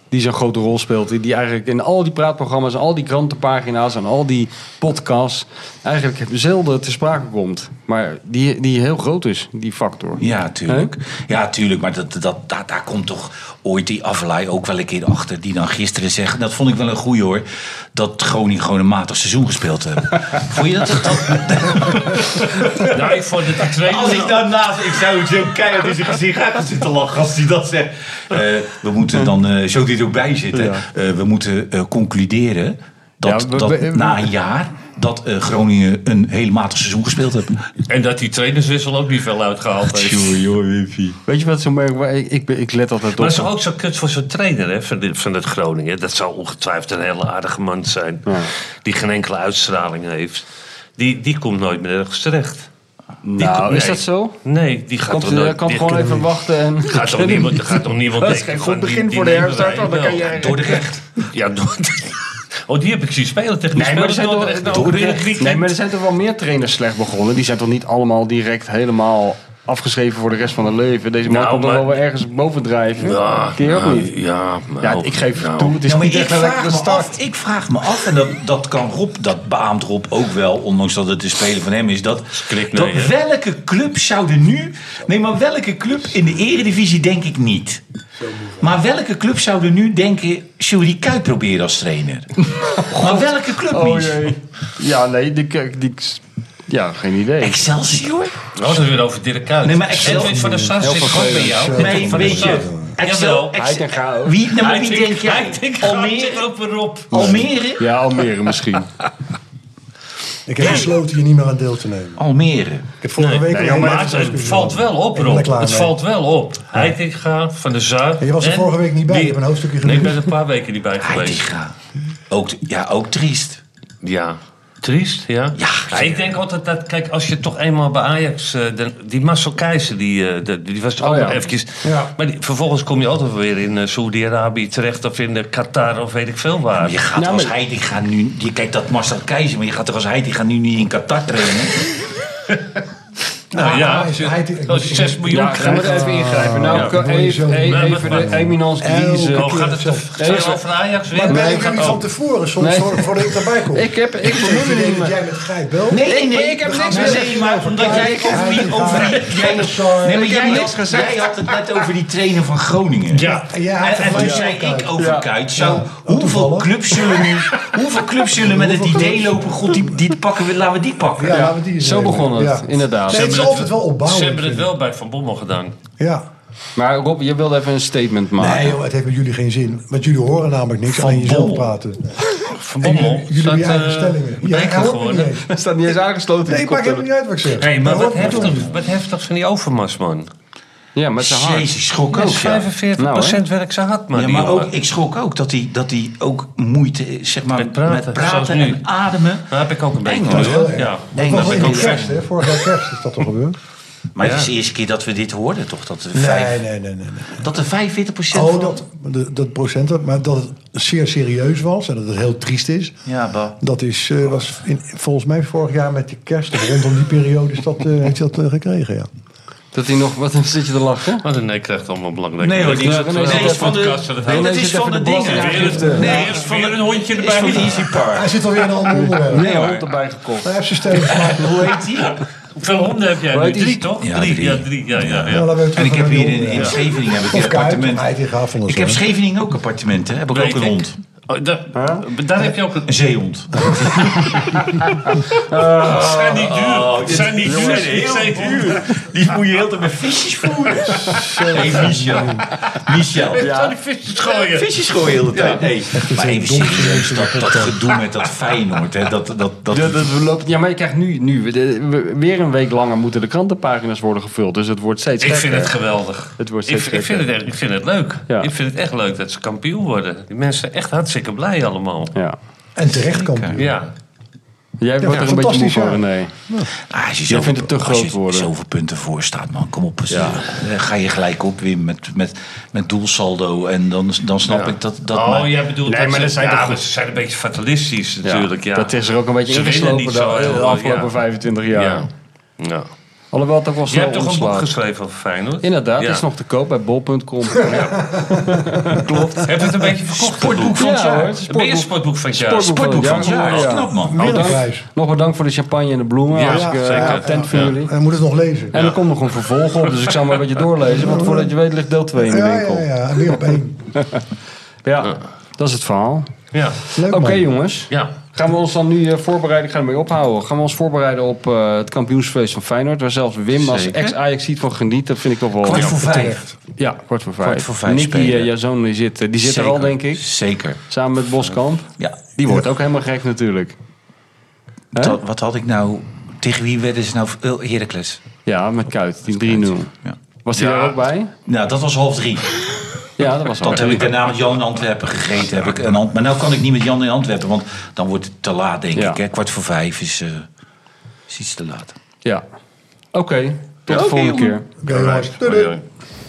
Speaker 5: Die zo'n grote rol speelt. Die, die eigenlijk in al die praatprogramma's, al die krantenpagina's en al die podcasts. eigenlijk zelden te sprake komt. Maar die, die heel groot is, die factor.
Speaker 2: Ja, tuurlijk. Ja, tuurlijk. Maar dat, dat, daar- daar komt toch ooit die aflaai ook wel een keer achter. Die dan gisteren zegt, dat vond ik wel een goeie hoor. Dat Groningen gewoon een matig seizoen gespeeld hebben. Vond je dat? dat-
Speaker 4: Nou, ik vond het de
Speaker 2: als ik
Speaker 4: tweede...
Speaker 2: daarnaast, ik zou het heel keihard in zijn gezicht uit zitten lachen als hij dat zegt. Eh, we moeten dan, eh, zo dit ook bij zitten, eh, we moeten eh, concluderen dat,
Speaker 5: Ja, we-
Speaker 2: dat
Speaker 5: we- we-
Speaker 2: na een jaar dat eh, Groningen een heel matig seizoen gespeeld heeft.
Speaker 4: En dat die trainerswissel ook niet veel uitgehaald heeft.
Speaker 5: Weet je wat zo merkwaardig ik, ik, ik let altijd op.
Speaker 4: Maar het is toch ook zo kut voor zo'n trainer hè, van, dit- van het Groningen. Dat zou ongetwijfeld een hele aardige man zijn. Die geen enkele uitstraling heeft. Die, die komt nooit meer ergens terecht. Die
Speaker 5: Nou,
Speaker 4: komt-
Speaker 5: is dat zo?
Speaker 4: Nee, die gaat
Speaker 5: Komt,
Speaker 4: toch
Speaker 5: eh,
Speaker 4: nooit...
Speaker 5: kan
Speaker 4: die-
Speaker 5: gewoon even wachten en...
Speaker 4: Gaat toch niemand, gaat toch niemand
Speaker 5: Dat is
Speaker 4: denken
Speaker 5: geen
Speaker 4: van,
Speaker 5: goed
Speaker 4: die-
Speaker 5: begin
Speaker 4: die
Speaker 5: voor de
Speaker 4: nemen
Speaker 5: herfststart,
Speaker 4: wij
Speaker 5: want dan
Speaker 4: wel.
Speaker 5: kan je-
Speaker 2: Dordrecht.
Speaker 4: Ja, door Oh, die heb ik zien spelen tegen die
Speaker 5: Nee, Dus maar er zijn,
Speaker 4: spelers
Speaker 5: toch,
Speaker 4: Dordrecht. Nou, weer een weekend.
Speaker 5: nee, maar er zijn toch wel meer trainers slecht begonnen. Die zijn toch niet allemaal direct helemaal afgeschreven voor de rest van hun leven. Deze man
Speaker 4: Nou,
Speaker 5: komt toch
Speaker 4: maar-
Speaker 5: wel weer ergens bovendrijven.
Speaker 4: Ja,
Speaker 5: Kun je ook
Speaker 4: nou,
Speaker 5: niet?
Speaker 4: Ja, maar
Speaker 5: Ja,
Speaker 4: ook-
Speaker 5: ik geef
Speaker 4: nou.
Speaker 5: toe, het is
Speaker 2: Ja, maar
Speaker 5: niet
Speaker 2: ik
Speaker 5: echt een
Speaker 2: vraag,
Speaker 5: lekkere
Speaker 2: me
Speaker 5: start.
Speaker 2: af, ik vraag me af, en dat, dat kan Rob, dat beaamt Rob ook wel, ondanks dat het de speler van hem is, dat,
Speaker 4: klik
Speaker 2: dat
Speaker 4: nee, hè?
Speaker 2: welke club zou er nu, nee maar welke club in de eredivisie denk ik niet. Maar welke club zou er nu denken, zullen we die Kuit proberen als trainer? maar welke club
Speaker 5: Oh
Speaker 2: niet?
Speaker 5: jee. Ja, nee, die, die, die- ja, geen idee.
Speaker 2: Excelsior?
Speaker 4: We hadden het Oh, weer over Dirk Kuyt.
Speaker 2: Nee, maar Excel-
Speaker 4: Edwin van der Sar zit
Speaker 5: veel
Speaker 4: gewoon bij
Speaker 5: spelers,
Speaker 4: jou.
Speaker 2: Nee, weet je. Excel,
Speaker 4: Jawel.
Speaker 5: Hij denkt, ga ook.
Speaker 2: Wie, nou, maar
Speaker 4: Hij
Speaker 2: wie
Speaker 4: denkt-
Speaker 2: denk
Speaker 4: Hij
Speaker 2: jij?
Speaker 4: denkt, gaat
Speaker 2: Almere?
Speaker 4: er ook weer op.
Speaker 2: Almere?
Speaker 5: Ja, Almere misschien.
Speaker 3: Ik heb besloten hier niet meer aan deel te nemen.
Speaker 2: Almere.
Speaker 3: Ik heb vorige week
Speaker 4: Nee,
Speaker 3: al
Speaker 4: joh,
Speaker 3: een
Speaker 4: maar
Speaker 3: hele
Speaker 4: het, het
Speaker 3: discussie
Speaker 4: valt
Speaker 3: gehad.
Speaker 4: wel op,
Speaker 3: Ik ben er
Speaker 4: Rob.
Speaker 3: klaar
Speaker 4: Het
Speaker 3: mee.
Speaker 4: valt wel op. Heitinga, Van der Zaar.
Speaker 3: Ja, je was er
Speaker 4: en-
Speaker 3: vorige week niet bij.
Speaker 4: Wie-
Speaker 3: Je hebt een hoofdstukje
Speaker 4: Nee, ik
Speaker 3: gemist.
Speaker 4: ben er een paar weken niet bij geweest.
Speaker 2: Heitinga. Ook, ja, ook triest.
Speaker 4: Ja. Triest, ja.
Speaker 2: Ja,
Speaker 4: Nou, ik denk altijd dat, kijk, als je toch eenmaal bij Ajax... eh, de- die Marcel Keizer, die, eh, de- die was toch
Speaker 5: Oh,
Speaker 4: ook
Speaker 5: ja.
Speaker 4: nog eventjes...
Speaker 5: Ja.
Speaker 4: Maar die- vervolgens kom je altijd weer in eh, Saoedi-Arabië terecht... of in eh, Qatar of weet ik veel waar.
Speaker 2: Je gaat
Speaker 5: Nou,
Speaker 2: als
Speaker 5: maar-
Speaker 2: Heidi gaan nu. Je kijkt dat Marcel Keizer, maar je gaat toch als Heidi gaan nu niet in Qatar trainen?
Speaker 4: nou ja,
Speaker 3: Ah,
Speaker 4: als je-
Speaker 3: hij- hij-
Speaker 4: als je 6 miljoen
Speaker 5: Ja, gaan we
Speaker 4: krijgt...
Speaker 5: er even ingrijpen.
Speaker 3: Ja.
Speaker 5: Nou,
Speaker 3: Hoor je zo.
Speaker 5: even, even,
Speaker 4: Nee,
Speaker 5: even
Speaker 4: maar-
Speaker 5: de eminence
Speaker 3: Elke
Speaker 4: Oh,
Speaker 5: Griezen.
Speaker 4: gaat het
Speaker 5: Nee,
Speaker 4: te
Speaker 5: maar-
Speaker 4: veel over Ajax weer?
Speaker 3: Maar ben ik
Speaker 5: gaat
Speaker 3: niet van
Speaker 4: oh.
Speaker 3: tevoren, soms
Speaker 5: Nee.
Speaker 3: voor- voordat ik erbij kom.
Speaker 5: Ik heb, ik
Speaker 3: Ik
Speaker 5: vermoed
Speaker 3: heb
Speaker 5: het
Speaker 3: idee
Speaker 5: niet
Speaker 3: dat
Speaker 5: meer.
Speaker 3: jij met Gijp belt.
Speaker 2: Nee,
Speaker 5: nee, ik heb
Speaker 2: we gaan
Speaker 5: niks
Speaker 2: maar
Speaker 5: meer
Speaker 2: zeggen, maar omdat jij
Speaker 3: Kijk,
Speaker 2: over die...
Speaker 3: Heidi
Speaker 2: Over die
Speaker 3: gaat-
Speaker 2: jij,
Speaker 3: Sorry.
Speaker 2: nee, maar
Speaker 5: Ik heb
Speaker 2: jij,
Speaker 5: niks
Speaker 2: had,
Speaker 5: gezegd.
Speaker 2: jij had het net over die trainer van Groningen.
Speaker 3: Ja. Ja, hij had
Speaker 2: en, en
Speaker 3: het
Speaker 2: toen
Speaker 3: over
Speaker 2: zei
Speaker 3: Kuit.
Speaker 2: ik over
Speaker 5: Ja.
Speaker 2: Kuit. Zo,
Speaker 3: Ja.
Speaker 2: hoeveel,
Speaker 3: Toevallig.
Speaker 2: clubs zullen nu, hoeveel clubs zullen met het idee lopen... God, die, die pakken we, laten we die pakken.
Speaker 3: Ja, laten we die eens
Speaker 5: Zo
Speaker 3: nemen.
Speaker 5: begon het, inderdaad.
Speaker 3: Nee, het is
Speaker 4: hebben
Speaker 3: altijd wel opbouwen.
Speaker 4: Ze hebben het wel bij Van Bommel gedaan.
Speaker 3: Ja.
Speaker 5: Maar Rob, je wilde even een statement maken.
Speaker 3: Nee, joh, het heeft met jullie geen zin. Want jullie horen namelijk niks,
Speaker 2: Van
Speaker 3: alleen jezelf
Speaker 2: Bommel.
Speaker 3: praten.
Speaker 4: Van
Speaker 3: En
Speaker 4: Bommel
Speaker 3: jullie, jullie hebben je
Speaker 4: staat,
Speaker 3: eigen
Speaker 4: eh,
Speaker 3: stellingen. Ja,
Speaker 4: beker
Speaker 3: hij hoort me
Speaker 4: geworden.
Speaker 3: niet eens.
Speaker 5: Er staat niet eens aangesloten.
Speaker 3: Nee, ik maak helemaal niet uit wat ik zeg.
Speaker 4: Hé, maar
Speaker 3: Hij
Speaker 4: wat
Speaker 3: hoort me toch
Speaker 4: heftig,
Speaker 3: niet.
Speaker 4: wat heftig van die Overmars, man.
Speaker 5: Ja, met zijn hart.
Speaker 2: Jezus, schok
Speaker 4: Ja,
Speaker 2: ook.
Speaker 4: is
Speaker 2: Ja.
Speaker 4: 45%
Speaker 5: Nou, hè?
Speaker 4: werk ze hard, maar
Speaker 2: Ja,
Speaker 4: die
Speaker 2: maar ook,
Speaker 4: jongen.
Speaker 2: ik schrok ook dat hij, dat hij ook moeite eh, zeg maar,
Speaker 4: Met praten, zoals nu.
Speaker 2: en ademen.
Speaker 4: Daar heb ik ook een beetje
Speaker 2: Engels,
Speaker 4: door,
Speaker 2: hè?
Speaker 4: hoor.
Speaker 3: Ja.
Speaker 4: Ja.
Speaker 3: Dat
Speaker 2: Nee,
Speaker 3: was
Speaker 4: dat
Speaker 3: wel
Speaker 4: ben
Speaker 3: in
Speaker 4: ik
Speaker 3: de
Speaker 4: ook
Speaker 3: kerst, hè? Vorig jaar kerst is dat toch gebeurd?
Speaker 2: Maar het
Speaker 4: Ja.
Speaker 2: is de eerste keer dat we dit hoorden, toch? Dat de,
Speaker 3: Nee,
Speaker 2: vijf-
Speaker 3: nee, nee. nee.
Speaker 2: dat de 45
Speaker 3: Oh,
Speaker 2: van-
Speaker 3: dat, de- dat procent, maar dat het zeer serieus was en dat het heel triest is.
Speaker 2: Ja, ba.
Speaker 3: Dat is, eh, was in, volgens mij vorig jaar met de kerst, of rondom die periode, is dat, eh, heeft hij dat eh, gekregen. Ja.
Speaker 5: Dat hij nog... Wat zit je te lachen?
Speaker 4: Maar nee, krijgt allemaal belangrijk.
Speaker 2: Nee, hoor, die is,
Speaker 5: Ja, René
Speaker 2: nee,
Speaker 5: zit
Speaker 2: is
Speaker 5: even
Speaker 2: van
Speaker 4: de
Speaker 2: de,
Speaker 4: kast, dat
Speaker 2: nee,
Speaker 4: houdt-
Speaker 2: dat
Speaker 5: René
Speaker 2: is
Speaker 5: zit
Speaker 2: van
Speaker 5: even
Speaker 2: de
Speaker 5: de
Speaker 2: dingen.
Speaker 5: belasting-
Speaker 2: Nee, is
Speaker 5: Ja,
Speaker 4: Nee, is
Speaker 2: van
Speaker 4: van een hondje
Speaker 2: is van
Speaker 4: erbij.
Speaker 2: de Easy
Speaker 3: Hij
Speaker 2: Park.
Speaker 3: zit alweer in een ander onderwerp.
Speaker 5: Nee,
Speaker 2: hoor.
Speaker 5: hond erbij gekocht.
Speaker 3: Hij heeft zijn stelling gemaakt.
Speaker 2: Hoe heet die?
Speaker 4: Hoeveel honden heb jij
Speaker 5: Hoe
Speaker 4: nu?
Speaker 5: heet die?
Speaker 4: Drie, toch?
Speaker 2: Ja,
Speaker 4: drie.
Speaker 2: drie.
Speaker 4: Ja, drie. Ja, ja,
Speaker 3: Ja,
Speaker 4: ja.
Speaker 3: Nou, laten we even
Speaker 2: En ik
Speaker 3: terug
Speaker 2: heb
Speaker 3: naar die
Speaker 2: hier in,
Speaker 3: onderwerp.
Speaker 2: in Scheveningen heb ik een
Speaker 3: Of Kuit,
Speaker 2: appartement.
Speaker 3: hij die gaat van ons.
Speaker 2: Ik heb
Speaker 3: hè.
Speaker 2: Scheveningen ook appartementen. Heb ik ook
Speaker 4: Weet
Speaker 2: een
Speaker 4: ik.
Speaker 2: hond.
Speaker 4: Oh, daar- Daar heb je ook een...
Speaker 2: Een zeehond.
Speaker 4: Zijn niet duur. Zijn niet duur. Zijn duur.
Speaker 2: Die moet je heel tijd met visjes voeren. hey, Michel. Michel.
Speaker 4: Ja. die visjes gooien.
Speaker 2: Visjes gooien de hele tijd. Nee, maar even serieus, dat, dat gedoe met dat Feyenoord. Hè, dat, dat, dat,
Speaker 5: Ja, dat we lopen- ja, maar je krijgt nu, nu we- we- weer een week langer moeten de krantenpagina's worden gevuld. Dus het wordt steeds
Speaker 4: Ik vind
Speaker 5: gekker.
Speaker 4: het geweldig.
Speaker 5: Het wordt
Speaker 4: ik,
Speaker 5: steeds
Speaker 4: ik, vind het, echt- ik vind het leuk.
Speaker 5: Ja.
Speaker 4: Ik vind het echt leuk dat ze kampioen worden. Die mensen zijn echt hartstikke blij allemaal.
Speaker 5: Ja.
Speaker 3: En terecht kan.
Speaker 4: Ja.
Speaker 5: Jij wordt er een beetje moe
Speaker 3: fantastisch,
Speaker 5: van,
Speaker 3: ja.
Speaker 5: René.
Speaker 2: Ah, als je
Speaker 5: Jij
Speaker 2: zoveel,
Speaker 5: vindt het te
Speaker 2: als je
Speaker 5: groot worden.
Speaker 2: zoveel punten voor staat, man. Kom op.
Speaker 5: Ja.
Speaker 2: Dan ga je gelijk op, Wim, met, met, met doelsaldo. En dan, dan snap ik dat... dat
Speaker 4: oh,
Speaker 2: maar-
Speaker 4: jij bedoelt
Speaker 5: Nee,
Speaker 4: dat
Speaker 5: maar
Speaker 4: ze,
Speaker 5: dat zijn
Speaker 4: ja,
Speaker 5: toch-
Speaker 4: maar ze zijn een beetje fatalistisch natuurlijk. Ja,
Speaker 5: Dat is er ook een beetje
Speaker 4: Ze winnen
Speaker 5: ingeslopen
Speaker 4: niet
Speaker 5: de,
Speaker 4: zo heel
Speaker 5: de
Speaker 4: veel,
Speaker 5: afgelopen
Speaker 4: ja.
Speaker 5: 25 jaar.
Speaker 4: Ja. Ja.
Speaker 5: Alhoewel het toch wel
Speaker 4: Jij
Speaker 5: snel
Speaker 4: hebt toch een boek
Speaker 5: ontslaat.
Speaker 4: geschreven over Feyenoord?
Speaker 5: Inderdaad,
Speaker 4: Ja.
Speaker 5: het is nog te koop bij bol.com. Klopt.
Speaker 4: Heb je het een beetje verkocht?
Speaker 2: Sportboek
Speaker 5: Ja,
Speaker 2: van het jaar.
Speaker 5: hoor, het is
Speaker 4: Ben je een sportboek
Speaker 5: sportboek.
Speaker 4: van het jaar?
Speaker 5: Sportboek.
Speaker 2: Sportboek van
Speaker 5: Ja,
Speaker 2: het jaar. Dat is
Speaker 5: ja.
Speaker 2: knap, man.
Speaker 3: Meer dan
Speaker 5: Dank-
Speaker 3: prijs.
Speaker 5: Nog bedankt voor de champagne en de bloemen.
Speaker 4: Ja,
Speaker 5: als ik, eh,
Speaker 4: zeker.
Speaker 5: attent voor
Speaker 4: Ja.
Speaker 5: jullie.
Speaker 3: En dan moet het nog lezen.
Speaker 5: En er komt nog een vervolg op, dus ik zal maar wat je doorlezen. Want voordat je weet ligt deel 2 in de
Speaker 3: Ja,
Speaker 5: winkel.
Speaker 3: ja, ja. En weer op één.
Speaker 5: Ja, dat is het verhaal.
Speaker 4: Ja.
Speaker 3: Leuk
Speaker 5: Oké
Speaker 3: man.
Speaker 5: jongens,
Speaker 4: ja.
Speaker 5: gaan we ons dan nu eh, voorbereiden? Ik ga ermee ophouden. Gaan we ons voorbereiden op eh, het kampioensfeest van Feyenoord? Waar zelfs Wim als
Speaker 2: Zeker.
Speaker 5: ex-Ajax ziet van geniet. Dat vind ik toch wel...
Speaker 2: Kwart voor vijf.
Speaker 5: Ja, kwart voor vijf.
Speaker 2: Kwart voor vijf
Speaker 5: Nicky,
Speaker 2: spelen.
Speaker 5: eh, jouw zoon, die zit, eh, die zit er al
Speaker 2: Zeker.
Speaker 5: denk ik.
Speaker 2: Zeker.
Speaker 5: Samen met Boskamp.
Speaker 2: Ja.
Speaker 5: Die wordt ook helemaal gek natuurlijk. Hè?
Speaker 2: Dat- wat had ik nou... Tegen wie werden ze nou... Oh, Heracles.
Speaker 5: Ja, met Kuit, die 3-0.
Speaker 2: Ja.
Speaker 5: Was hij
Speaker 4: Ja.
Speaker 5: daar ook bij?
Speaker 2: Nou, dat was half drie.
Speaker 5: Ja, dat was al.
Speaker 2: Dat heb ik daarna met Jan in Antwerpen gegeten. Heb ik een hand, maar nu kan ik niet met Jan in Antwerpen, want dan wordt het te laat, denk
Speaker 5: Ja.
Speaker 2: ik. Hè? Kwart voor vijf is, eh, is iets te laat.
Speaker 5: Ja. Oké, tot de volgende keer.
Speaker 3: Oké, jongens. Doei, doei.
Speaker 4: Alright.